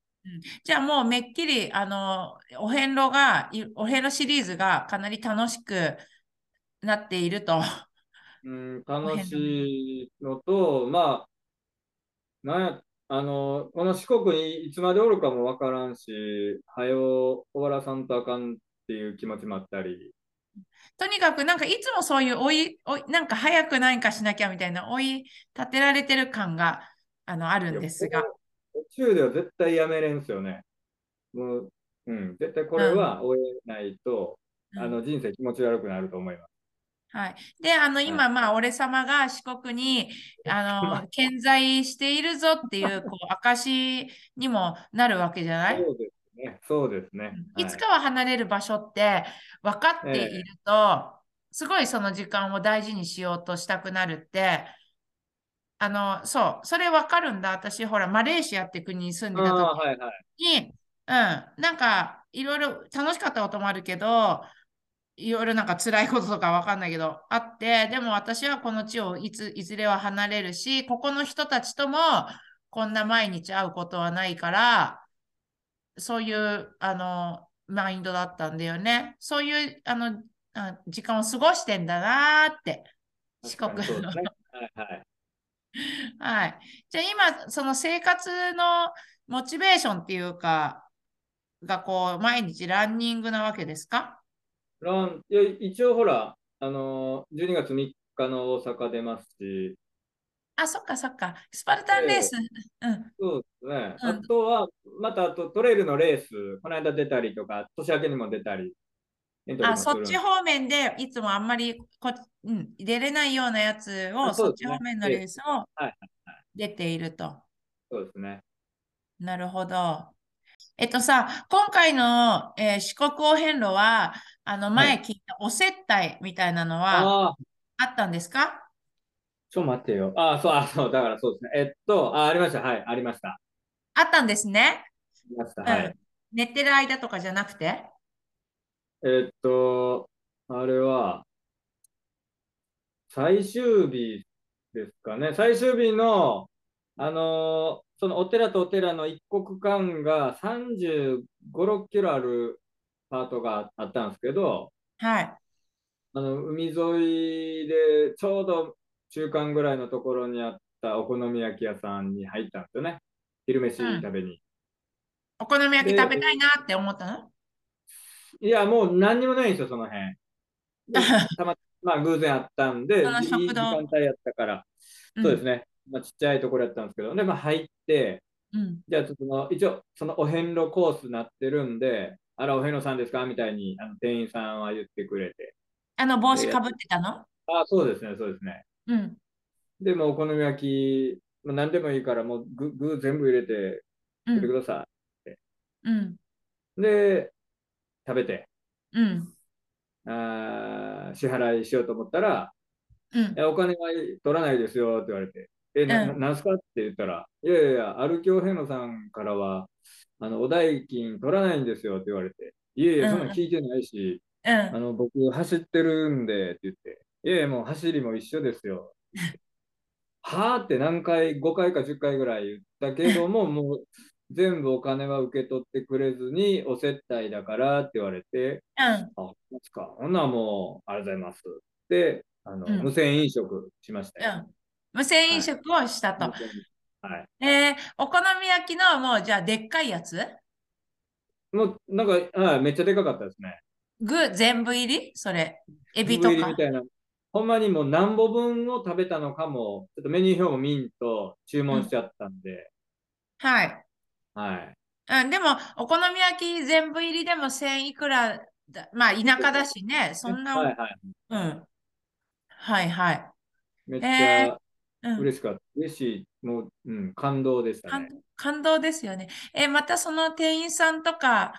S1: じゃあもうめっきり、あの、お遍路が、いお遍路シリーズがかなり楽しくなっていると。 (laughs)
S2: うん、
S1: の辺
S2: 楽しいのと、まあ、なんや、あの、この四国にいつまでおるかもわからんし、早う終わらさんとあかんっていう気持ちもあったり、
S1: とにかくなんかいつもそういう追い、追いなんか早く何かしなきゃみたいな追い立てられてる感があのあるんですが。
S2: 途中では絶対やめれんすよね。もう、うん、絶対これは終えないと、あ
S1: うん
S2: の人生気持ち悪くなると思います。
S1: はい、であの今、まあ、俺様が四国にあの健在しているぞっていうこ (laughs) う証にもなるわけじゃない
S2: そうですね。そうですね。
S1: いつかは離れる場所って分かっていると、すごいその時間を大事にしようとしたくなるって、あの、そう、それ分かるんだ。私、ほら、マレーシアって国に住んで
S2: はい、
S1: た
S2: ああ
S1: 時
S2: ー、はいはい。
S1: に、うん、なんか、いろいろ楽しかったこともあるけど、いろいろなんか辛いこととか分かんないけど、あって、でも私はこの地をいつ、いずれは離れるし、ここの人たちとも、こんな毎日会うことはないから、そういう、あの、マインドだったんだよね。そういう、あの、あ時間を過ごしてんだなーって、四国
S2: 確かにそう
S1: の
S2: です。ね。はいはい。
S1: はい。じゃあ今、その生活のモチベーションっていうか、がこう、毎日ランニングなわけですか
S2: ラン、いや、一応ほら、あのー、12月3日の大阪出ますし、
S1: あ、そっかそっか。スパルタンレース。うん。
S2: そうですね。
S1: うん
S2: あとは、またあとトレイルのレース、この間出たりとか、年明けにも出たり、エントリー
S1: あ、
S2: もす
S1: そ
S2: る
S1: っ
S2: ん
S1: ち
S2: で
S1: 方面で、いつもあんまりこ、うん、出れないようなやつを、
S2: あそ
S1: そうっ
S2: で
S1: ち
S2: すね
S1: 方面のレースを
S2: はいはい
S1: 出ていると。
S2: そうですね。
S1: なるほど。えっとさ、今回の、えー四国お遍路は、あの、前聞いたお接待みたいなのは
S2: ああ、
S1: あったんですか
S2: ちょ待ってよ。ああ、そう、あそう、だからそうですね。えっと、あ、ありました。はい、ありました。あ
S1: あったんですね。
S2: りました。
S1: ん
S2: はい。
S1: 寝てる間とかじゃなくて
S2: えっと、あれは、最終日ですかね。最終日の、あのーそのお寺とお寺の一国間が35、6キロあるパートがあったんですけど、
S1: はい。
S2: あの、海沿いでちょうど中間ぐらいのところにあったお好み焼き屋さんに入ったんですよね。昼飯食べに。
S1: お好み焼き
S2: で
S1: 食べたいなって思ったの
S2: いや、もう何にもないんですよ、その辺。
S1: (laughs)
S2: でたま、まあ、偶然あったんで、
S1: その
S2: いい
S1: 食
S2: 時
S1: 堂
S2: 間帯やったから、
S1: うん
S2: そうですね。まあ、ちっちゃいところやったんですけど、で、まあ、入って、
S1: うん。
S2: じゃあ、ちょっとその、一応、そのお遍路コースなってるんで、あら、お遍路さんですかみたいに、あの、店員さんは言ってくれて。
S1: あの帽子かぶってたの
S2: ああ、そうですね、そうですね。
S1: うん。
S2: で、もうお好み焼き、まあ、何でもいいから、もう具、具全部入れて、
S1: う
S2: くれて
S1: ん。
S2: くださ
S1: うん。
S2: い。で、食べて、
S1: うん。
S2: あー支払いしようと思ったら、
S1: うん
S2: い。やお金は取らないですよって言われて、え、な、
S1: う
S2: なんすかって言ったら、いやいやいや、歩きお遍路さんからは、あの、お代金取らないんですよって言われて、いやいや、そんな聞いてないし、
S1: うん
S2: あの、僕走ってるんでって言って、いやいや、もう走りも一緒ですよって (laughs) 言って。はーって何回、5回か10回ぐらい言ったけど (laughs) も、もう全部お金は受け取ってくれずに、お接待だからって言われて、
S1: うん。
S2: あ、そうですか。ほんならもう、ありがとうございます。で、あの、
S1: うん
S2: 無銭飲食しました
S1: う
S2: よ。
S1: ん。無線飲食をしたと。
S2: はい。
S1: えーお好み焼きのもうじゃあでっかいやつ
S2: もう、なんか、はいめっちゃでかかったですね。
S1: 具全部入りそれ。エビと
S2: 粒入り
S1: か
S2: み。たいな。ほんまにもう何本分を食べたのかも、ちょっとメニュー表も見んと注文しちゃったんで、
S1: はい。
S2: はい。
S1: うん、でも、お好み焼き全部入りでも1000いくらだ、まあ田舎だしね、そんな、
S2: はいはい。
S1: うん。はいはい。
S2: めっちゃ
S1: うん。
S2: 嬉しかった。嬉しい。もう、うん、感動でした
S1: 感
S2: ね。
S1: 感動ですよね。え、またその店員さんとか、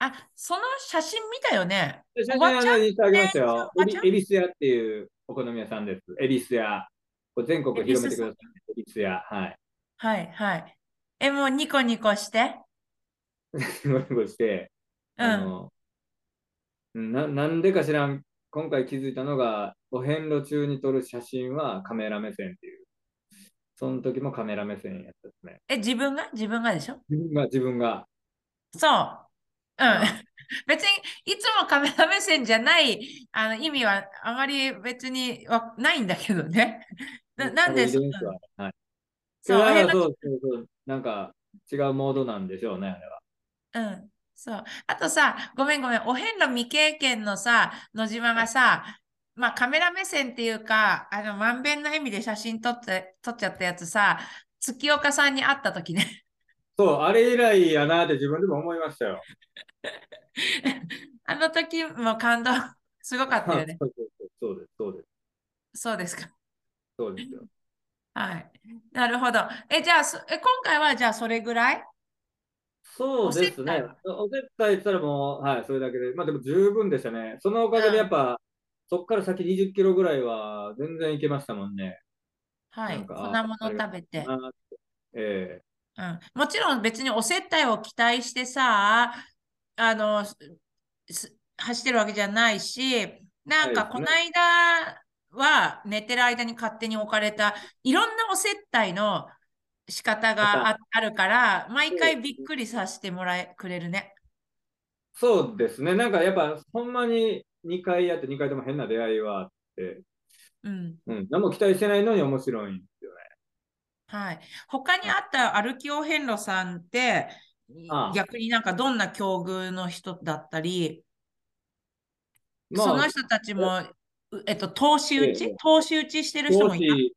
S1: あ、その写真見たよね。
S2: で写
S1: おばちゃん
S2: 真あのインスタあげましたよ。
S1: おばちゃん
S2: エビス屋っていうお好み屋さんです。エビス屋。これ全国広めてくださいね。エビス屋。はい。
S1: はいはい。え、もうニコニコして。
S2: ゴリゴリして、
S1: うん
S2: あのな、なんでか知らん、今回気づいたのが、お遍路中に撮る写真はカメラ目線っていう。その時もカメラ目線やったですね。
S1: え、自分が自分がでしょ
S2: 自分が、自分が。
S1: そう。うん
S2: あ。
S1: 別に、いつもカメラ目線じゃない、あの、意味はあまり別にわないんだけどね。な、なんで、
S2: そ
S1: そうう、
S2: はい。
S1: そう
S2: だか
S1: お遍
S2: ら
S1: 路
S2: そうそうそうなんか違うモードなんでしょうね、あれは。
S1: うん。そう。あとさ、ごめんごめん、お遍路未経験のさ、野島がさ、まあカメラ目線っていうか、あの、まんべんな意味で写真撮って、撮っちゃったやつさ、月岡さんに会った時ね。 (laughs)
S2: そう、あれ以来やなって自分でも思いましたよ。
S1: あの時も感動、 (laughs) すごかったよ
S2: (laughs)
S1: ね。
S2: そうそうそうそうです、そうです、
S1: そうですか。
S2: そうですよ。
S1: はい。なるほど。え、じゃあ、そえ、今回はじゃあそれぐらい
S2: そうですね。お接待したらもう、はい、それだけで。まあでも十分でしたね。そのおかげでやっぱ、そこから先20キロぐらいは全然行けましたもんね。
S1: は。
S2: ないんか
S1: 粉物食べて。
S2: あええ
S1: うん、もちろん別にお接待を期待してさ、あの、すす走ってるわけじゃないし、なんか
S2: そ
S1: こ
S2: う
S1: の
S2: です
S1: 間は寝てる間に勝手に置かれた、いろんなお接待の仕方があ、あるから、毎回びっくりさせてもらえくれるね。
S2: そうですね。なんかやっぱ、ほんまに2回やって2回とも変な出会いはあって、
S1: うん。
S2: うん、何も期待してないのに面白いんですよね。
S1: はい。他にあった歩きお遍路さんって、
S2: ああ
S1: 逆になんかどんな境遇の人だったり、
S2: まあ
S1: その人たちも、うえっと、投資打
S2: え
S1: ち
S2: え
S1: 投資打ちしてる人
S2: 投
S1: もいた。
S2: 資、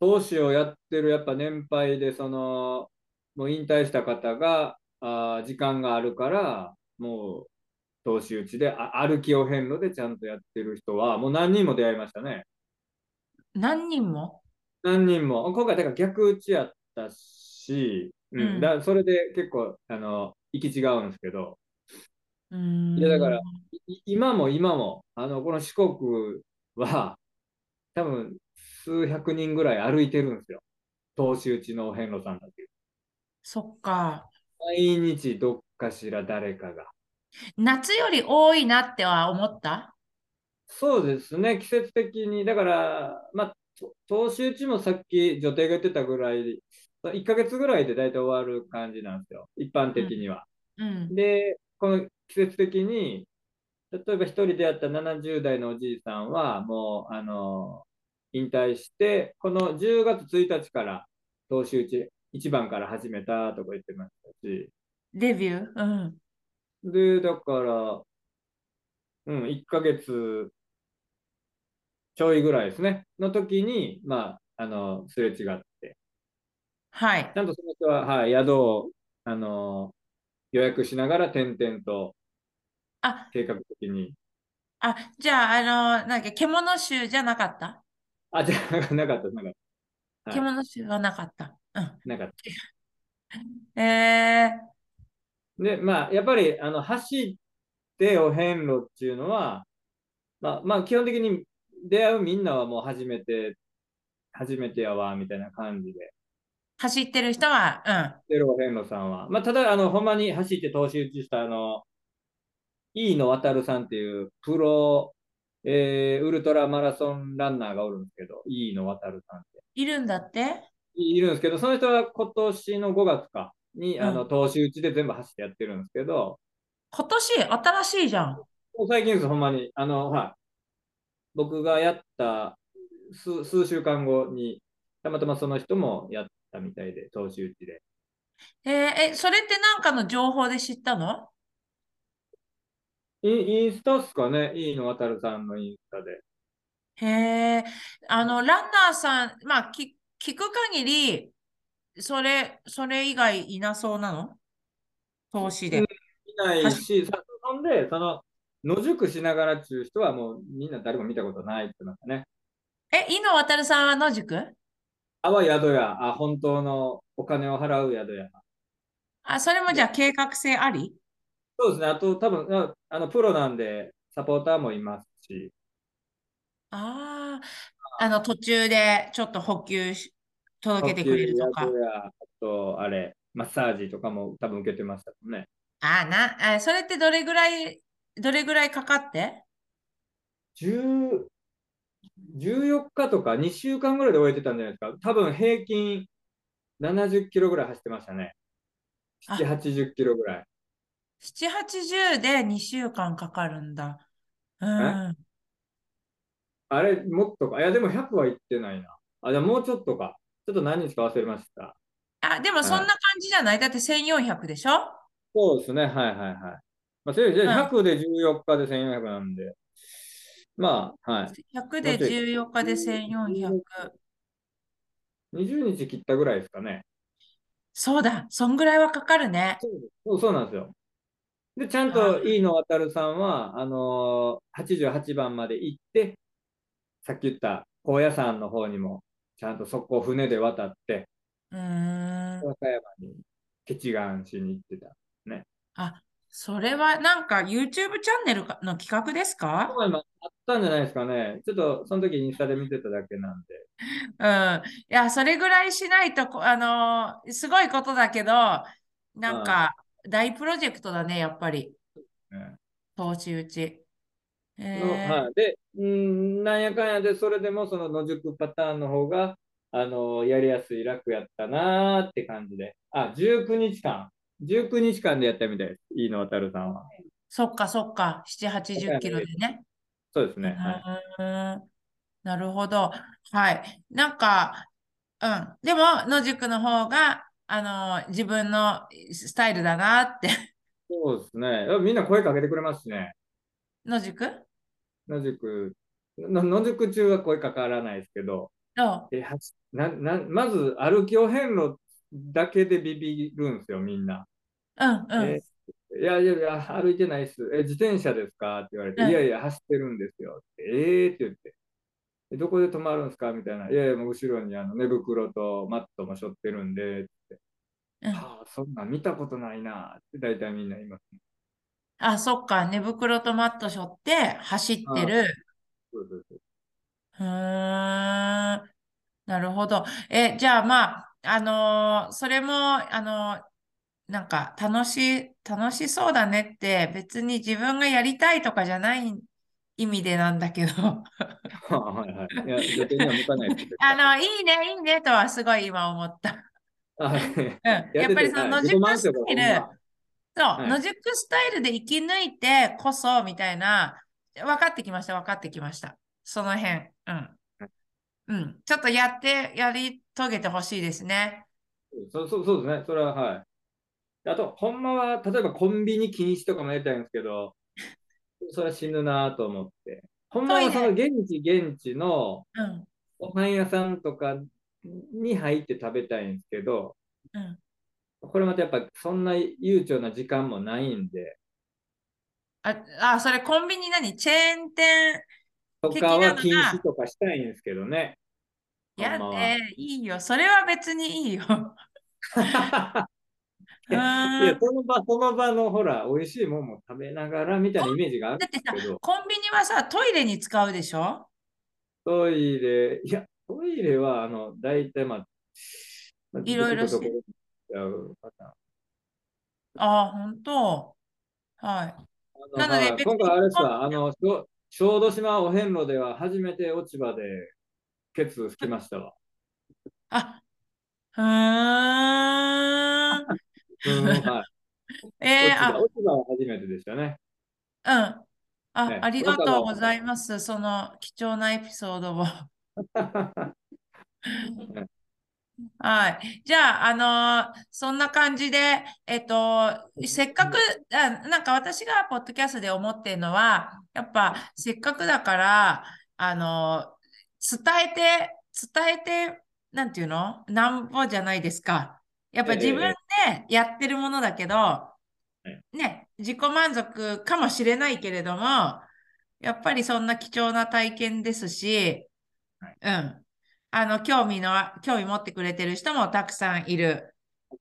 S2: 投資をやってるやっぱ年配で、その、もう引退した方が、あー時間があるから、もう、投資打ちで、あ歩きを遍路でちゃんとやってる人は、もう何人も出会いましたね。
S1: 何人も
S2: 何人も。今回、だから逆打ちやったし、う
S1: うん
S2: ん、だそれで結構、あの、行き違うんですけど、
S1: うーん
S2: いやだからい今も今も、あの、この四国は、多分、数百人ぐらい歩いてるんですよ。投資打ちのお遍路さんたち。
S1: そっか。
S2: 毎日どっかしら誰かが。
S1: 夏より多いなっては思った
S2: そうですね、季節的に。だから、まあ、と投資打ちもさっき女帝が言ってたぐらい、1ヶ月ぐらいで大体終わる感じなんですよ、一般的には。
S1: うん。
S2: で、この季節的に、例えば一人でやった70代のおじいさんは、もう、あの、引退して、この10月1日から投資打ち1番から始めたとか言ってましたし、
S1: デビューうん。
S2: で、だから、うん、1ヶ月ちょいぐらいですね、の時に、まあ、あの、すれ違って、
S1: はい
S2: ち。ゃんとその人は、はい、宿を、あの、予約しながら点々と
S1: あ、
S2: 計画的に、
S1: あ、じゃあ、あの、なんだっけ、獣臭じゃなかった
S2: あ、じゃあ、なかった、なかっはい
S1: 獣臭はなかった。うん。
S2: た、なかっ
S1: えー、
S2: た。で、まあ、やっぱり、あの、走ってお遍路っていうのは、まあ、まあ、基本的に出会うみんなはもう初めて、初めてやわ、みたいな感じで。
S1: 走ってる人は、うん。
S2: ゼロ遍路さんは。まあ、ただ、あの、ほんまに走って投資打ちした、あの、飯野渡さんっていうプロ、えーウルトラマラソンランナーがおるんですけど、飯野渡さんって。
S1: いるんだって
S2: いいるんですけど、その人は今年の5月かに、あ
S1: う
S2: の、投資打ちで全部走ってやってるんですけど、
S1: 今年、新しいじゃん。
S2: もう最近です、ほんまに。あの、はい。僕がやった数数週間後に、たまたまその人もやったみたいで、投資打ちで。
S1: えーえ、それってなんかの情報で知ったの
S2: インインスタっすかね、飯野渡さんのインスタで。
S1: へえ、あの、ランナーさん、まあ、き、聞く限り、それ、それ以外いなそうなの投資で。
S2: いないし、さそんで、その、野宿しながらっていう人はもうみんな誰も見たことないってなんかね。
S1: え、井野渉さんは野宿
S2: あわ宿や、あ、本当のお金を払う宿や。
S1: あ、それもじゃあ計画性あり
S2: そうですね、あと多分、ああの、プロなんで、サポーターもいますし、
S1: ああ、あの、途中でちょっと補給し、届けてくれるとか
S2: 特急。宿や、あと、あれ、マッサージとかも多分受けてましたもんね。
S1: ああ、な、あ、それってどれぐらい、どれぐらいかかって
S2: 10 14日とか2週間ぐらいで終えてたんじゃないですか。多分平均70キロぐらい走ってましたね。
S1: あ
S2: 7、80キロぐらい。
S1: ?7、80で2週間かかるんだ。うん。
S2: あれ、もっとか。いや、でも100は行ってないな。あ、じゃあもうちょっとか。ちょっと何日か忘れました。
S1: あ、でもそんな感じじゃないだって1400でしょ
S2: そうですね。はいはいはい。まあ、せいぜい100で14日で1400なんで。まあ、はい。
S1: 100で14日で1400。
S2: 20日切ったぐらいですかね。
S1: そうだ、そんぐらいはかかるね。
S2: そうそうそうなんですよ。で、ちゃんと飯野渉さんは、あのー、88番まで行って、さっき言った高野山の方にも、ちゃんとそこを船で渡って、
S1: うーん。
S2: 和歌山に決願しに行ってた。
S1: あ、それはなんか YouTube チャンネルかの企画ですか
S2: 今あったんじゃないですかね。ちょっとその時インスタで見てただけなんで。
S1: うん。いや、それぐらいしないとこ、あのーすごいことだけど、なんか、大プロジェクトだね、やっぱり。
S2: ね
S1: 投資打ち。え
S2: の
S1: ー
S2: はい、で、うん、なんやかんやで、それでもその野宿パターンの方が、あのやりやすい、楽やったなーって感じで。あ、19日間。19日間でやったみたいです。飯野渉さんは。
S1: そっかそっか、7、80キロでね。
S2: そうですね。は
S1: う
S2: い。
S1: ーんなるほど。はい。なんか、うん。でも、野宿の方が、あのー自分のスタイルだなって。 (laughs)
S2: そうですね。みんな声かけてくれますしね。
S1: 野宿
S2: 野宿、の野宿中は声かからないですけど、
S1: ど
S2: えはしななまず歩きお遍路だけでビビるんですよ、みんな。
S1: ううんうん。
S2: えいやいやいや、歩いてないっす。え、自転車ですかって言われて、
S1: うん
S2: いやいや、走ってるんですよって。えーって言って。えどこで止まるんですかみたいな。いやいや、もう後ろにあの寝袋とマットも背負ってるんで、って。
S1: うん
S2: はあ、そんなん見たことないなって大体みんな言います。
S1: あ、そっか。寝袋とマット背負って走ってる。
S2: そうそうそう
S1: うーん。なるほど。え、じゃあまあ、あのーそれも、あのーなんか楽しい、楽しそうだねって、別に自分がやりたいとかじゃない意味でなんだけど、
S2: (laughs) はいはい。いや、予定には向かないですけ
S1: (laughs)
S2: ど。
S1: あの、いいね、いいねとはすごい今思った。
S2: はい
S1: うん。やっぱりその野
S2: 自己
S1: 宿
S2: 満
S1: ス
S2: 足は
S1: タイ
S2: ほん
S1: ル、
S2: ま
S1: そう、
S2: はい
S1: 野宿スタイルで生き抜いてこそ、みたいな、分かってきました、分かってきました。その辺、うん。うん、ちょっとやって、やり遂げてほしいですね。
S2: そうそうそうですね、それははい。あと、ほんまは、例えばコンビニ禁止とかもやりたいんですけど、 (laughs) それは死ぬなと思って。ほんまはその
S1: トイ
S2: 現地現地の
S1: うん、
S2: ご飯屋さんとかに入って食べたいんですけど、
S1: うん。
S2: これまたやっぱそんな悠長な時間もないんで、
S1: あ、あ、それコンビニ何チェーン店
S2: とかは禁止とかしたいんですけどね。
S1: や
S2: ほんま
S1: で、いいよ。それは別にいいよ。 (laughs)
S2: はい
S1: う
S2: やい
S1: ーん
S2: や、その場その場のほら、美味しいもんも食べながらみたいなイメージがある
S1: だ
S2: ん
S1: って
S2: です
S1: さ
S2: けど、
S1: コンビニはさ、トイレに使うでしょ
S2: トイレ、いや、トイレは、あの、大体、まあ、まあ
S1: いろいろ
S2: ど
S1: し
S2: こ
S1: て
S2: どこちゃうパターン
S1: ああ、ほんと。はい。
S2: あの
S1: なので
S2: はい
S1: 別に
S2: 今回あれさ、あの、しょ小豆島お遍路では初めて落ち葉でケツ拭き
S1: (laughs)
S2: ましたわ。
S1: あ、うーん。
S2: うん、はい。
S1: (laughs) えー
S2: 落ち葉、
S1: あ、
S2: 落ち葉は初めてでしたね。
S1: うん。あ、
S2: ええ
S1: ありがとうございます。その貴重なエピソードを。 (laughs) はい。じゃあ、あのーそんな感じで、えっと、せっかく、あ、なんか私がポッドキャストで思ってるのは、やっぱせっかくだから、あのー伝えて、伝えて、なんていうのなんぼじゃないですか。やっぱ
S2: ええ
S1: 自分でやってるものだけど、
S2: え
S1: ね、自己満足かもしれないけれども、やっぱりそんな貴重な体験ですし、
S2: はい
S1: うん。あの、興味の、興味持ってくれてる人もたくさんいる。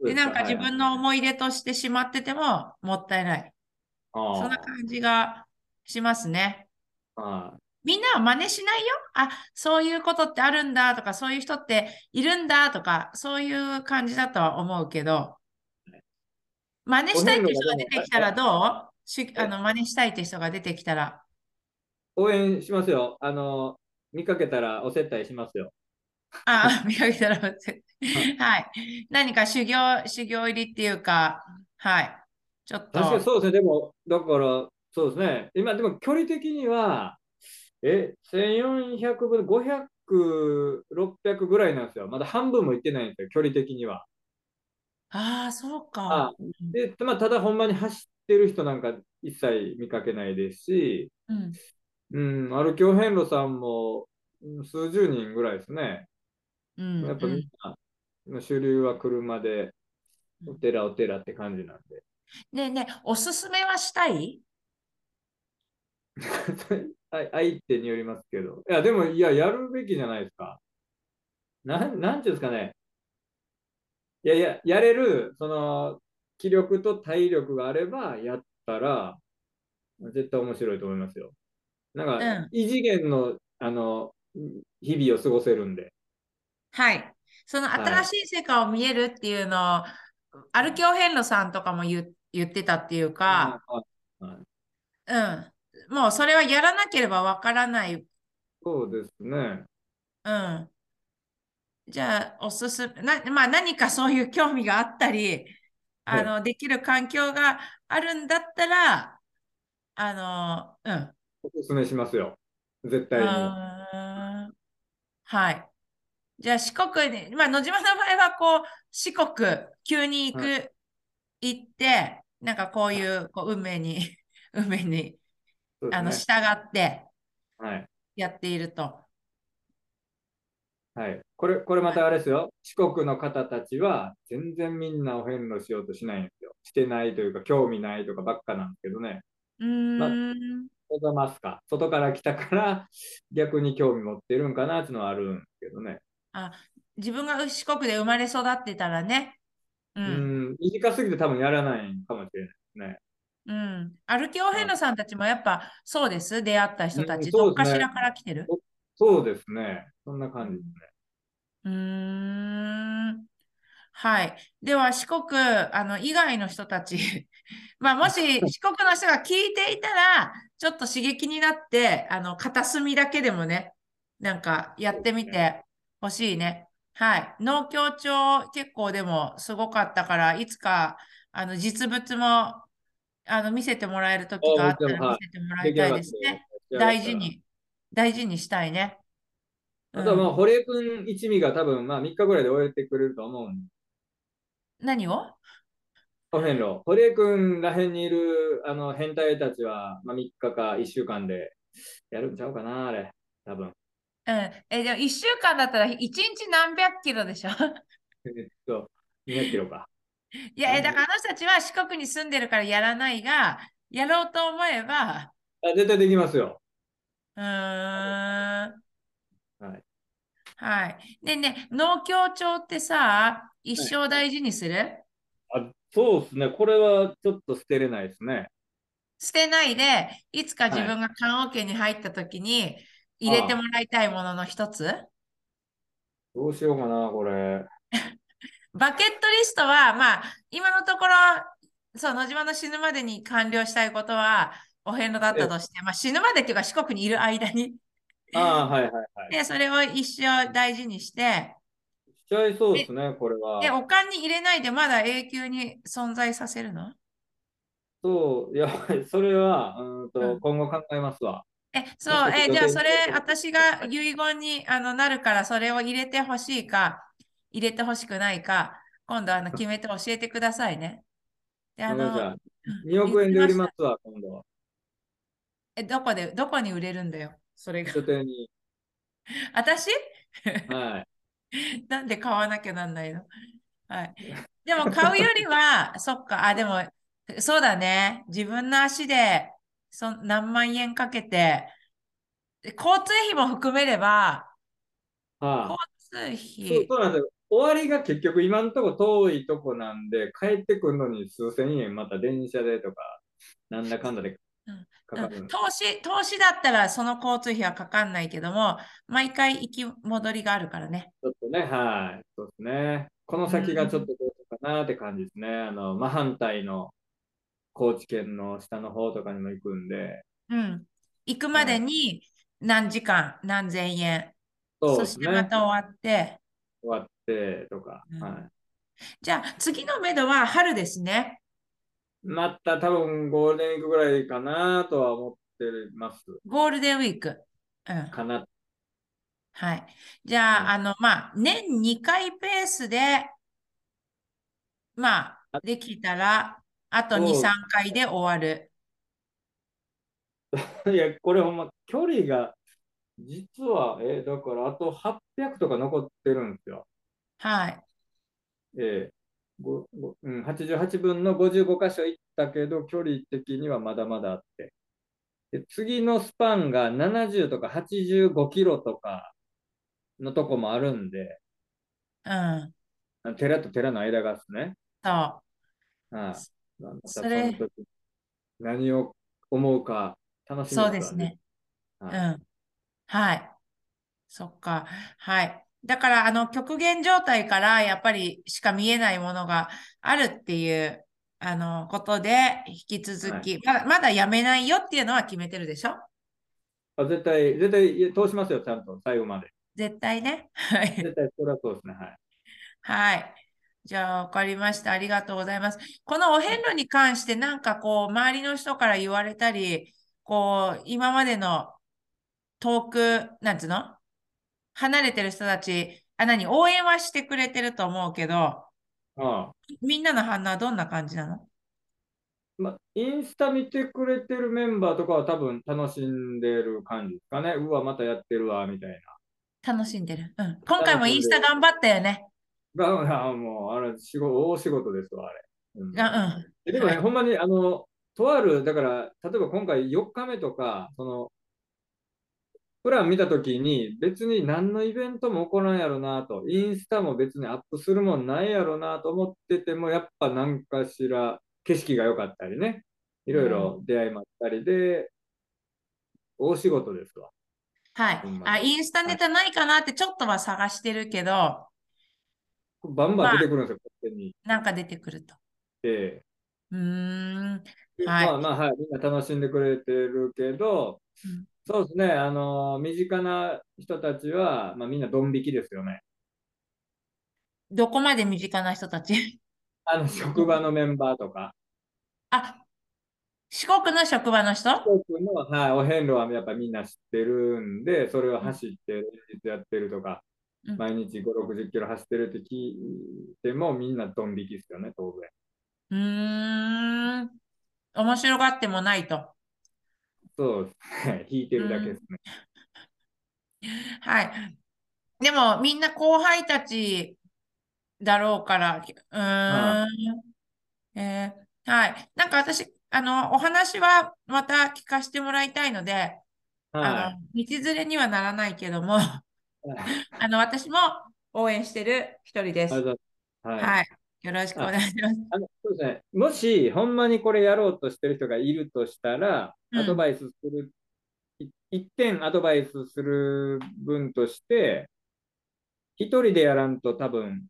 S1: で、なんか自分
S2: (laughs)
S1: の思い出としてしまっててももったいない。
S2: の
S1: そんな感じがしますね。
S2: あ
S1: みんなは真似しないよ。あ、そういうことってあるんだとか、そういう人っているんだとか、そういう感じだとは思うけど、真似したいって人が出てきたらどうしあの真似したいって人が出てきたら。
S2: 応援しますよ。あの、見かけたらお接待しますよ。
S1: ああ、見かけたら待って、はい。何か修行、修行入りっていうか、はい。ちょっ
S2: 確かに
S1: と、
S2: そうですね、でも、だから、そうですね、今、でも距離的には、え、1400分、500、600ぐらいなんですよ。まだ半分もいってないんですよ、距離的には。
S1: ああ、そう
S2: あ
S1: か。うん
S2: で、まあ、ただほんまに走ってる人なんか一切見かけないですし、
S1: うん
S2: うん、歩きお遍路さんもうん数十人ぐらいですね。
S1: う
S2: や
S1: ん
S2: っぱ
S1: う
S2: み
S1: ん
S2: んな、主流は車で、お寺お寺って感じなんで。
S1: ねえねえ、おすすめはしたい
S2: (laughs) あ相手によりますけど。いや、でも、いや、やるべきじゃないですか。なん、なんていうんですかね。いやいや、やれる、その、気力と体力があれば、やったら、絶対面白いと思いますよ。なん
S1: う
S2: か、
S1: ん。
S2: 異次元の、あの、日々を過ごせるんで。
S1: はい。その
S2: は
S1: 新
S2: い。
S1: しい世界を見えるっていうのを、歩きお遍路さんとかも言、言ってたっていう
S2: あ
S1: か、
S2: ああ
S1: うん。もうそれはやらなければわからない。
S2: そうですね。
S1: うん。じゃあ、おすすめ、な、まあ何かそういう興味があったり、
S2: は
S1: あ
S2: い。
S1: の、できる環境があるんだったら、あの、うん。
S2: おすすめしますよ。絶対に。
S1: あーはい。じゃあ四国に、まあ野島の場合はこう四国急に行
S2: はい。
S1: く、行って、なんかこう
S2: はいい。
S1: う、こう運命に、 (laughs) 運命に
S2: そうで
S1: あ
S2: す
S1: の
S2: ね。
S1: 従って
S2: はい。
S1: やっていると。
S2: はい。これ、これま
S1: はい。
S2: たあれですよ。四国の方たちは、全然みんなお遍路しようとしないんですよ。してないというか、興味ないとかばっかなんですけどね。
S1: う
S2: まあ、
S1: ーん。
S2: おざますか。外から来たから、逆に興味持ってるんかなっていうのはあるんですけどね。
S1: あ、自分が四国で生まれ育ってたらね。う。
S2: うんん、短すぎて多分やらないかもしれないですね。
S1: うん。歩きお遍
S2: は
S1: 路さんたちもやっぱそうです。出会った
S2: い
S1: 人た
S2: うん、
S1: ち。どっ
S2: そうで
S1: か
S2: す
S1: し
S2: ね。
S1: らから来てる。
S2: おそうですね。そんな
S1: う
S2: 感じです
S1: ん。
S2: ね。
S1: うーん。はい。では、四国、あの、以外の人たち、 (laughs) まあ、も
S2: (laughs)
S1: し四国の人が聞いていたら、ちょっと刺激になって、あの、片隅だけでもね、なんかや
S2: そ
S1: っ
S2: うで
S1: てみ
S2: すね。
S1: てほしいね。はい。農協町結構でもすごかったから、いつか、あの、実物も、あの、見せてもらえる時
S2: あ
S1: があ
S2: も
S1: っ
S2: ち
S1: た
S2: ろん、
S1: ら見
S2: は
S1: せてもらい
S2: い。出来
S1: た
S2: 上
S1: い
S2: がっ
S1: で
S2: て、
S1: すね。
S2: 出来上が
S1: 大
S2: った
S1: 事
S2: ら。
S1: に、大事にしたいね。う
S2: あとはもう、
S1: ん。
S2: 堀江君一味が多分、まあ3日ぐらいで終えてくれると思うんで。
S1: 何を
S2: お遍路。堀江君らへんにいるあの変態たちは、まあ、3日か1週間でやるんちゃうかな、あれ。多分。
S1: うん。え、でも1週間だったら1日何百キロでしょ (laughs)
S2: えっと、200キロか。
S1: いや、え、だからあの人たちは四国に住んでるからやらないが、やろうと思えば、
S2: あ、絶対できますよ。
S1: うーん、
S2: はい。
S1: はい。ねえねえ、農協長ってさ、一
S2: はい
S1: 生大事にする
S2: あ、そうですね。これはちょっと捨てれないですね。
S1: 捨てないで、いつか自
S2: はい。
S1: 分が棺桶に入った時に入れて
S2: あ
S1: も
S2: あ、
S1: らいたいものの一つ
S2: どうしようかな、これ。
S1: バケットリストは、まあ、今のところ、そう、野島の死ぬまでに完了したいことは、お遍路だった
S2: え、
S1: として、まあ、死ぬまでっていうか、四国にいる間に、
S2: ああ、はいはいはい。
S1: で、それを一生大事にして、
S2: しちゃいそうで
S1: え、
S2: すね、これ
S1: え、
S2: は。
S1: お金に入れないでまだ永久に存在させるの
S2: そう、いや、 (laughs) それは、うーん
S1: う
S2: と、
S1: ん。
S2: 今後考えますわ。
S1: え、
S2: もう
S1: そう、
S2: 一つ
S1: え、
S2: 予
S1: じゃあ
S2: 定に
S1: そ
S2: 入
S1: れ、
S2: れておいて
S1: 私
S2: くだ
S1: が
S2: さい。
S1: 遺言にあのなるから、それを入れてほしいか、入れてほしくないか、今度あの決めて教えてくださいね。で、あ
S2: ごめんな
S1: の、
S2: さ
S1: う
S2: い。
S1: ん
S2: 2
S1: 言っ
S2: 億円
S1: て
S2: で売
S1: ま
S2: り
S1: し
S2: ま
S1: た。
S2: すわ、今度。
S1: え、どこで、どこに売れるんだよ、それが。
S2: 書店に。
S1: 私
S2: はい。
S1: なんで買わなきゃなんないのはい。でも買うよりは、そっか、あ、でも、そうだね。自分の足で、そ、何万円かけて、で交通費も含めれば、
S2: は
S1: 交
S2: あ、
S1: 通
S2: そう、
S1: 費、
S2: そうなんですよ。終わりが結局今のとこ遠いとこなんで、帰ってくるのに数千円また電車でとか、なんだかんだで
S1: うんう
S2: かか
S1: ん
S2: るんです。
S1: 投資、投資だったらその交通費はかかんないけども、毎回行き戻りがあるからね。
S2: ちょっとね、はい、そうですね。この
S1: う
S2: 先がちょっ
S1: ん。
S2: とどうかなって感じですね。あの、真反対の高知県の下の方とかにも行くんで、
S1: うん。行くま
S2: は
S1: で
S2: い。
S1: に何時間、何千円。そ
S2: そ
S1: う
S2: で
S1: し
S2: す
S1: てま
S2: ね。
S1: た終わって、
S2: 終わってとか、
S1: う
S2: は
S1: ん
S2: い。
S1: じゃあ次のめどは春ですね。
S2: また多分ゴールデンウィークぐらいかなとは思ってます。
S1: ゴールデンウィーク。うん。
S2: かな。
S1: はい。じゃ
S2: は
S1: あ、
S2: い。
S1: あの、まあ、年2回ペースで、まあ、できたら、あと
S2: おう
S1: 2、3回で終わる。
S2: いや、これほんま、距離が、実は、えーだからあと800とか残ってるんですよ。
S1: はい。
S2: えーごごうん、88分の55箇所行ったけど、距離的にはまだまだあって。で、次のスパンが70とか85キロとかのとこもあるんで、
S1: うん。
S2: あの寺と寺の間がですね。
S1: そう。
S2: はい、また
S1: そ
S2: その
S1: れ
S2: 時何を思うか楽しみ
S1: そう
S2: で
S1: ですす
S2: わね。
S1: ね。うん。はい。そっか。はい。だから、あの、極限状態から、やっぱりしか見えないものがあるっていう、あの、ことで、引き続き、まだ、まだやめないよっていうのは決めてるでしょ
S2: あ絶対、絶対通しますよ、ちゃんと、最後まで。
S1: 絶対ね。はい。
S2: 絶対それはそうですね。はい。
S1: はい。じゃあ、わかりました。ありがとうございます。このお遍路に関して、なんかこう、周りの人から言われたり、こう、今までの遠く、なんつうの離れてる人たち、あ、何応援はしてくれてると思うけど、
S2: ああ
S1: みんなの反応はどんな感じなの
S2: ま、インスタ見てくれてるメンバーとかは多分楽しんでる感じですかね。うわ、またやってるわ、みたいな。
S1: 楽しんでる。うん。今回もインスタ頑張ったよね。
S2: があもう、あれ、仕事、大仕事ですわ、あれ。うん
S1: あうん。
S2: でもね、
S1: はい
S2: ほんまに、あの、とある、だから、例えば今回4日目とか、その、プラン見たときに、別に何のイベントも起こらんやろなと、インスタも別にアップするもんないやろなと思ってても、やっぱ何かしら景色が良かったりね、いろいろ出会いもあったりで、大仕事ですわ。
S1: はい
S2: ほん。ま
S1: あ、インスタネタないかなってちょっとは探してるけど、
S2: バンバン出てくるんですよ、勝手に。
S1: なんか出てくると。
S2: え
S1: うーん。
S2: え
S1: はい
S2: まあまあ、はい、みんな楽しんでくれてるけど、
S1: うん
S2: そうですね、あの、身近な人たちは、まあ、みんなドン引きですよね。
S1: どこまで身近な人たち
S2: あの、職場のメンバーとか、
S1: あ、四国の職場の人
S2: 四国の、はい、お遍路はやっぱみんな知ってるんで、それを走って、連日やってるとか
S1: うん、
S2: 毎日5、60キロ走ってるって聞いても、みんなドン引きですよね、当然。
S1: うーん。面白がってもないと。
S2: そうですね、 (laughs) 引いてるだけですね。
S1: はい。でも、みんな後輩たちだろうから、うーん。えーはい。なんか私、あの、お話はまた聞かせてもらいたいので、
S2: は
S1: あの、道連れにはならないけども、 (laughs) あ
S2: い。はい
S1: の、私も応援してる一人で
S2: ありがとう
S1: す。
S2: ございますはい。
S1: はい。よろしくお願いします。
S2: あの、そうですね。もし、ほんまにこれやろうとしてる人がいるとしたら、
S1: うん
S2: アドバイスする、い一点アドバイスする分として、一人でやらんと多分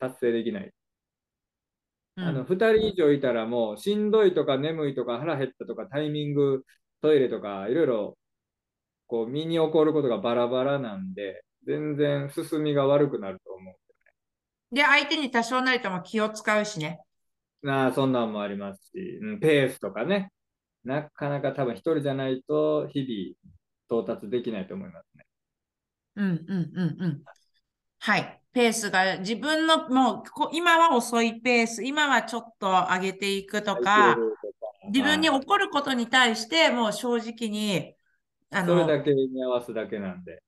S2: 達成できない。
S1: うん
S2: あの、二人以上いたらもう、しんどいとか眠いとか腹減ったとかタイミング、トイレとか、いろいろ、こう、身に起こることがバラバラなんで、全然進みが悪くなると思
S1: で、相手に多少なりとも気を使うしね。
S2: う。なあ、そんなんもありますし、うん、ペースとかね。なかなか多分一人じゃないと、日々到達できないと思いますね。
S1: うんうんうんうん。はい。ペースが自分のもうこ今は遅いペース、今はちょっと上げていくとか、自分に
S2: はい
S1: 起こることに対してもう正直に、あ
S2: それ
S1: の、
S2: だけに合わすだけなんで。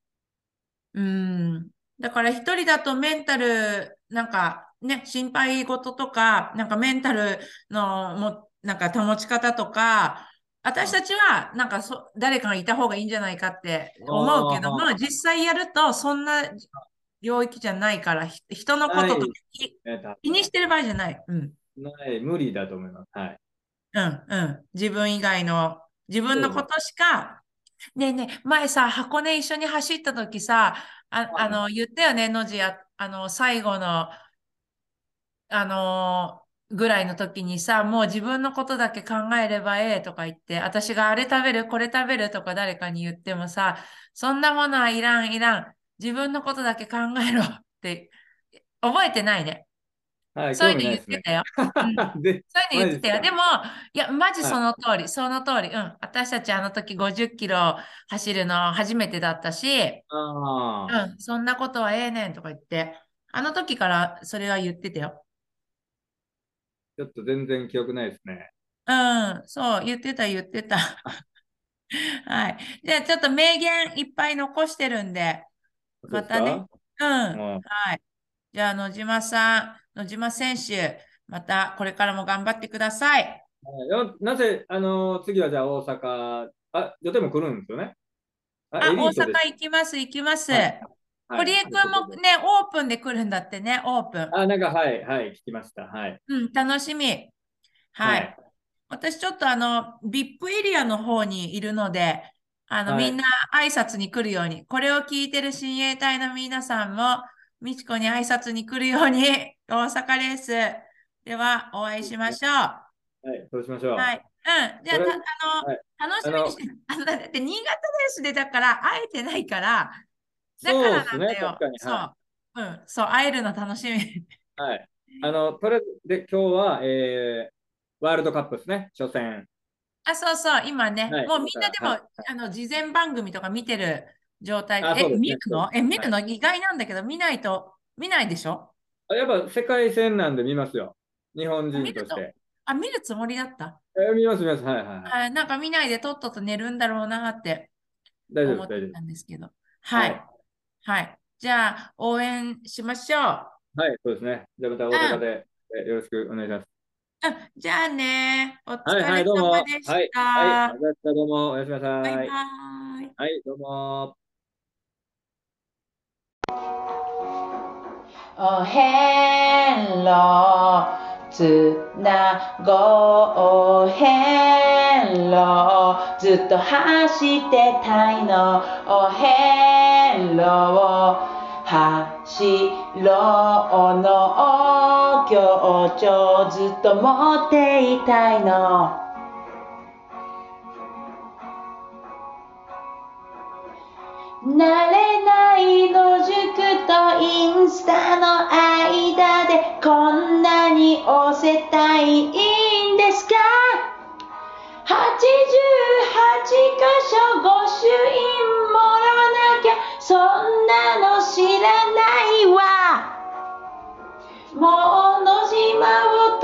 S1: うん。だから一人だとメンタル、なんかね、心配事とか、なんかメンタルのも、なんか保ち方とか、私たちはなんかそ誰かがいた方がいいんじゃないかって思うけど
S2: あ
S1: も、実際やるとそんな領域じゃないから、ひ人のこととか気
S2: ね多分
S1: 気にしてる場合じゃない。うん。うん
S2: ない、無理だと思います。はい。
S1: うん。自分以外の、自分のことしか、ねえねえ、前さ、箱根一緒に走った時さ、あ、あの、言ったよね、野次あ、あの、最後の、あのーぐらいの時にさ、もう自分のことだけ考えればええとか言って、私があれ食べる、これ食べるとか誰かに言ってもさ、そんなものはいらん、いらん。自分のことだけ考えろって、覚えてないね。
S2: はい、
S1: そういう
S2: 興
S1: の言っ
S2: 味ないですね
S1: て。たよ。うん
S2: (laughs) で、
S1: そういうの言ってたよ。で
S2: マジです
S1: も、いや、マジその通り、その通り。うん。私たちあの時50キロ走るの初めてだったし、
S2: ああ、
S1: うん、そんなことはええねんとか言って、あの時からそれは言ってたよ。
S2: ちょっと全然記憶ないですね。
S1: うん、そう、言ってた、言ってた。 (laughs) はい。じゃあ、ちょっと名言いっぱい残してるんで、またね。うん。
S2: そうですか。
S1: は
S2: うん
S1: い。じゃあ、野島さん、野島選手、またこれからも頑張ってください。
S2: はいよなぜ、あの次はじゃあ大阪、あ、予定も来るんですよね。
S1: あ、
S2: エリ
S1: 大
S2: ート
S1: 阪
S2: です
S1: 行きます、行きます。
S2: はいはい
S1: 堀江君もね、オープンで来るんだってね、オープン。
S2: あ、なんか、はい、はい、聞きました。はい。
S1: うん、楽しみ。はい。。私ちょっとあの、VIP エリアの方にいるので、あの、
S2: は
S1: み
S2: い
S1: んな挨拶に来るように、これを聞いてる親衛隊の皆さんも、みちこに挨拶に来るように、 (laughs) 大阪レースではお会いしましょう。
S2: はい、そうしましょう。
S1: はい。うん。じゃあ、
S2: それ
S1: たあの、
S2: はい
S1: 楽しみにして、あの、だって新潟レースでだから会えてないから、だ
S2: そ
S1: か
S2: う
S1: ら
S2: で
S1: な
S2: す
S1: ん
S2: ね、
S1: だよ
S2: 確かに。。
S1: そう。
S2: は
S1: うん。そう、会えるの楽しみ。
S2: い。はい、あの、とりあえず、で、今日は、えー、ワールドカップですね、初戦。
S1: あ、そうそう、今ね、
S2: はい
S1: もうみんなでも、
S2: はい
S1: あの事前番組とか見てる状態
S2: あ
S1: で、
S2: そ
S1: え、
S2: うですね
S1: 見るのえ、見るの、意外なんだけど、見ないと、見ないでしょ
S2: あやっぱ世界戦なんで見ますよ。日本人と
S1: 見る
S2: し
S1: と
S2: て。
S1: あ、見るつもりだった。
S2: えー見ます、見ます。はい、はいはい。
S1: あ、なんか見ないでとっとと寝るんだろうなって
S2: 大丈
S1: 思
S2: 夫
S1: っ
S2: で
S1: て
S2: す、大丈夫で
S1: たんですけど。
S2: す。
S1: はい、はい。じゃあ、応援しましょう。
S2: はい。はい、そうですね。じゃあまた大阪で、えーよろしくお願いします。
S1: うん、じゃあね、お疲
S2: はい、はい、
S1: れ
S2: どうも。は
S1: 様
S2: い、
S1: でし
S2: はい、あ
S1: た
S2: り。がとうどうも、おやすみなさ
S1: バイバ
S2: い。
S1: イ。
S2: はい、どうも。
S3: お遍路つなごう遍路ずっと走ってたいのお遍路を走ろうの強調ずっと持っていたいの慣れない野宿とインスタの間でこんなに押せたいんですか88箇所御朱印もらわなきゃそんなの知らないわもう野島を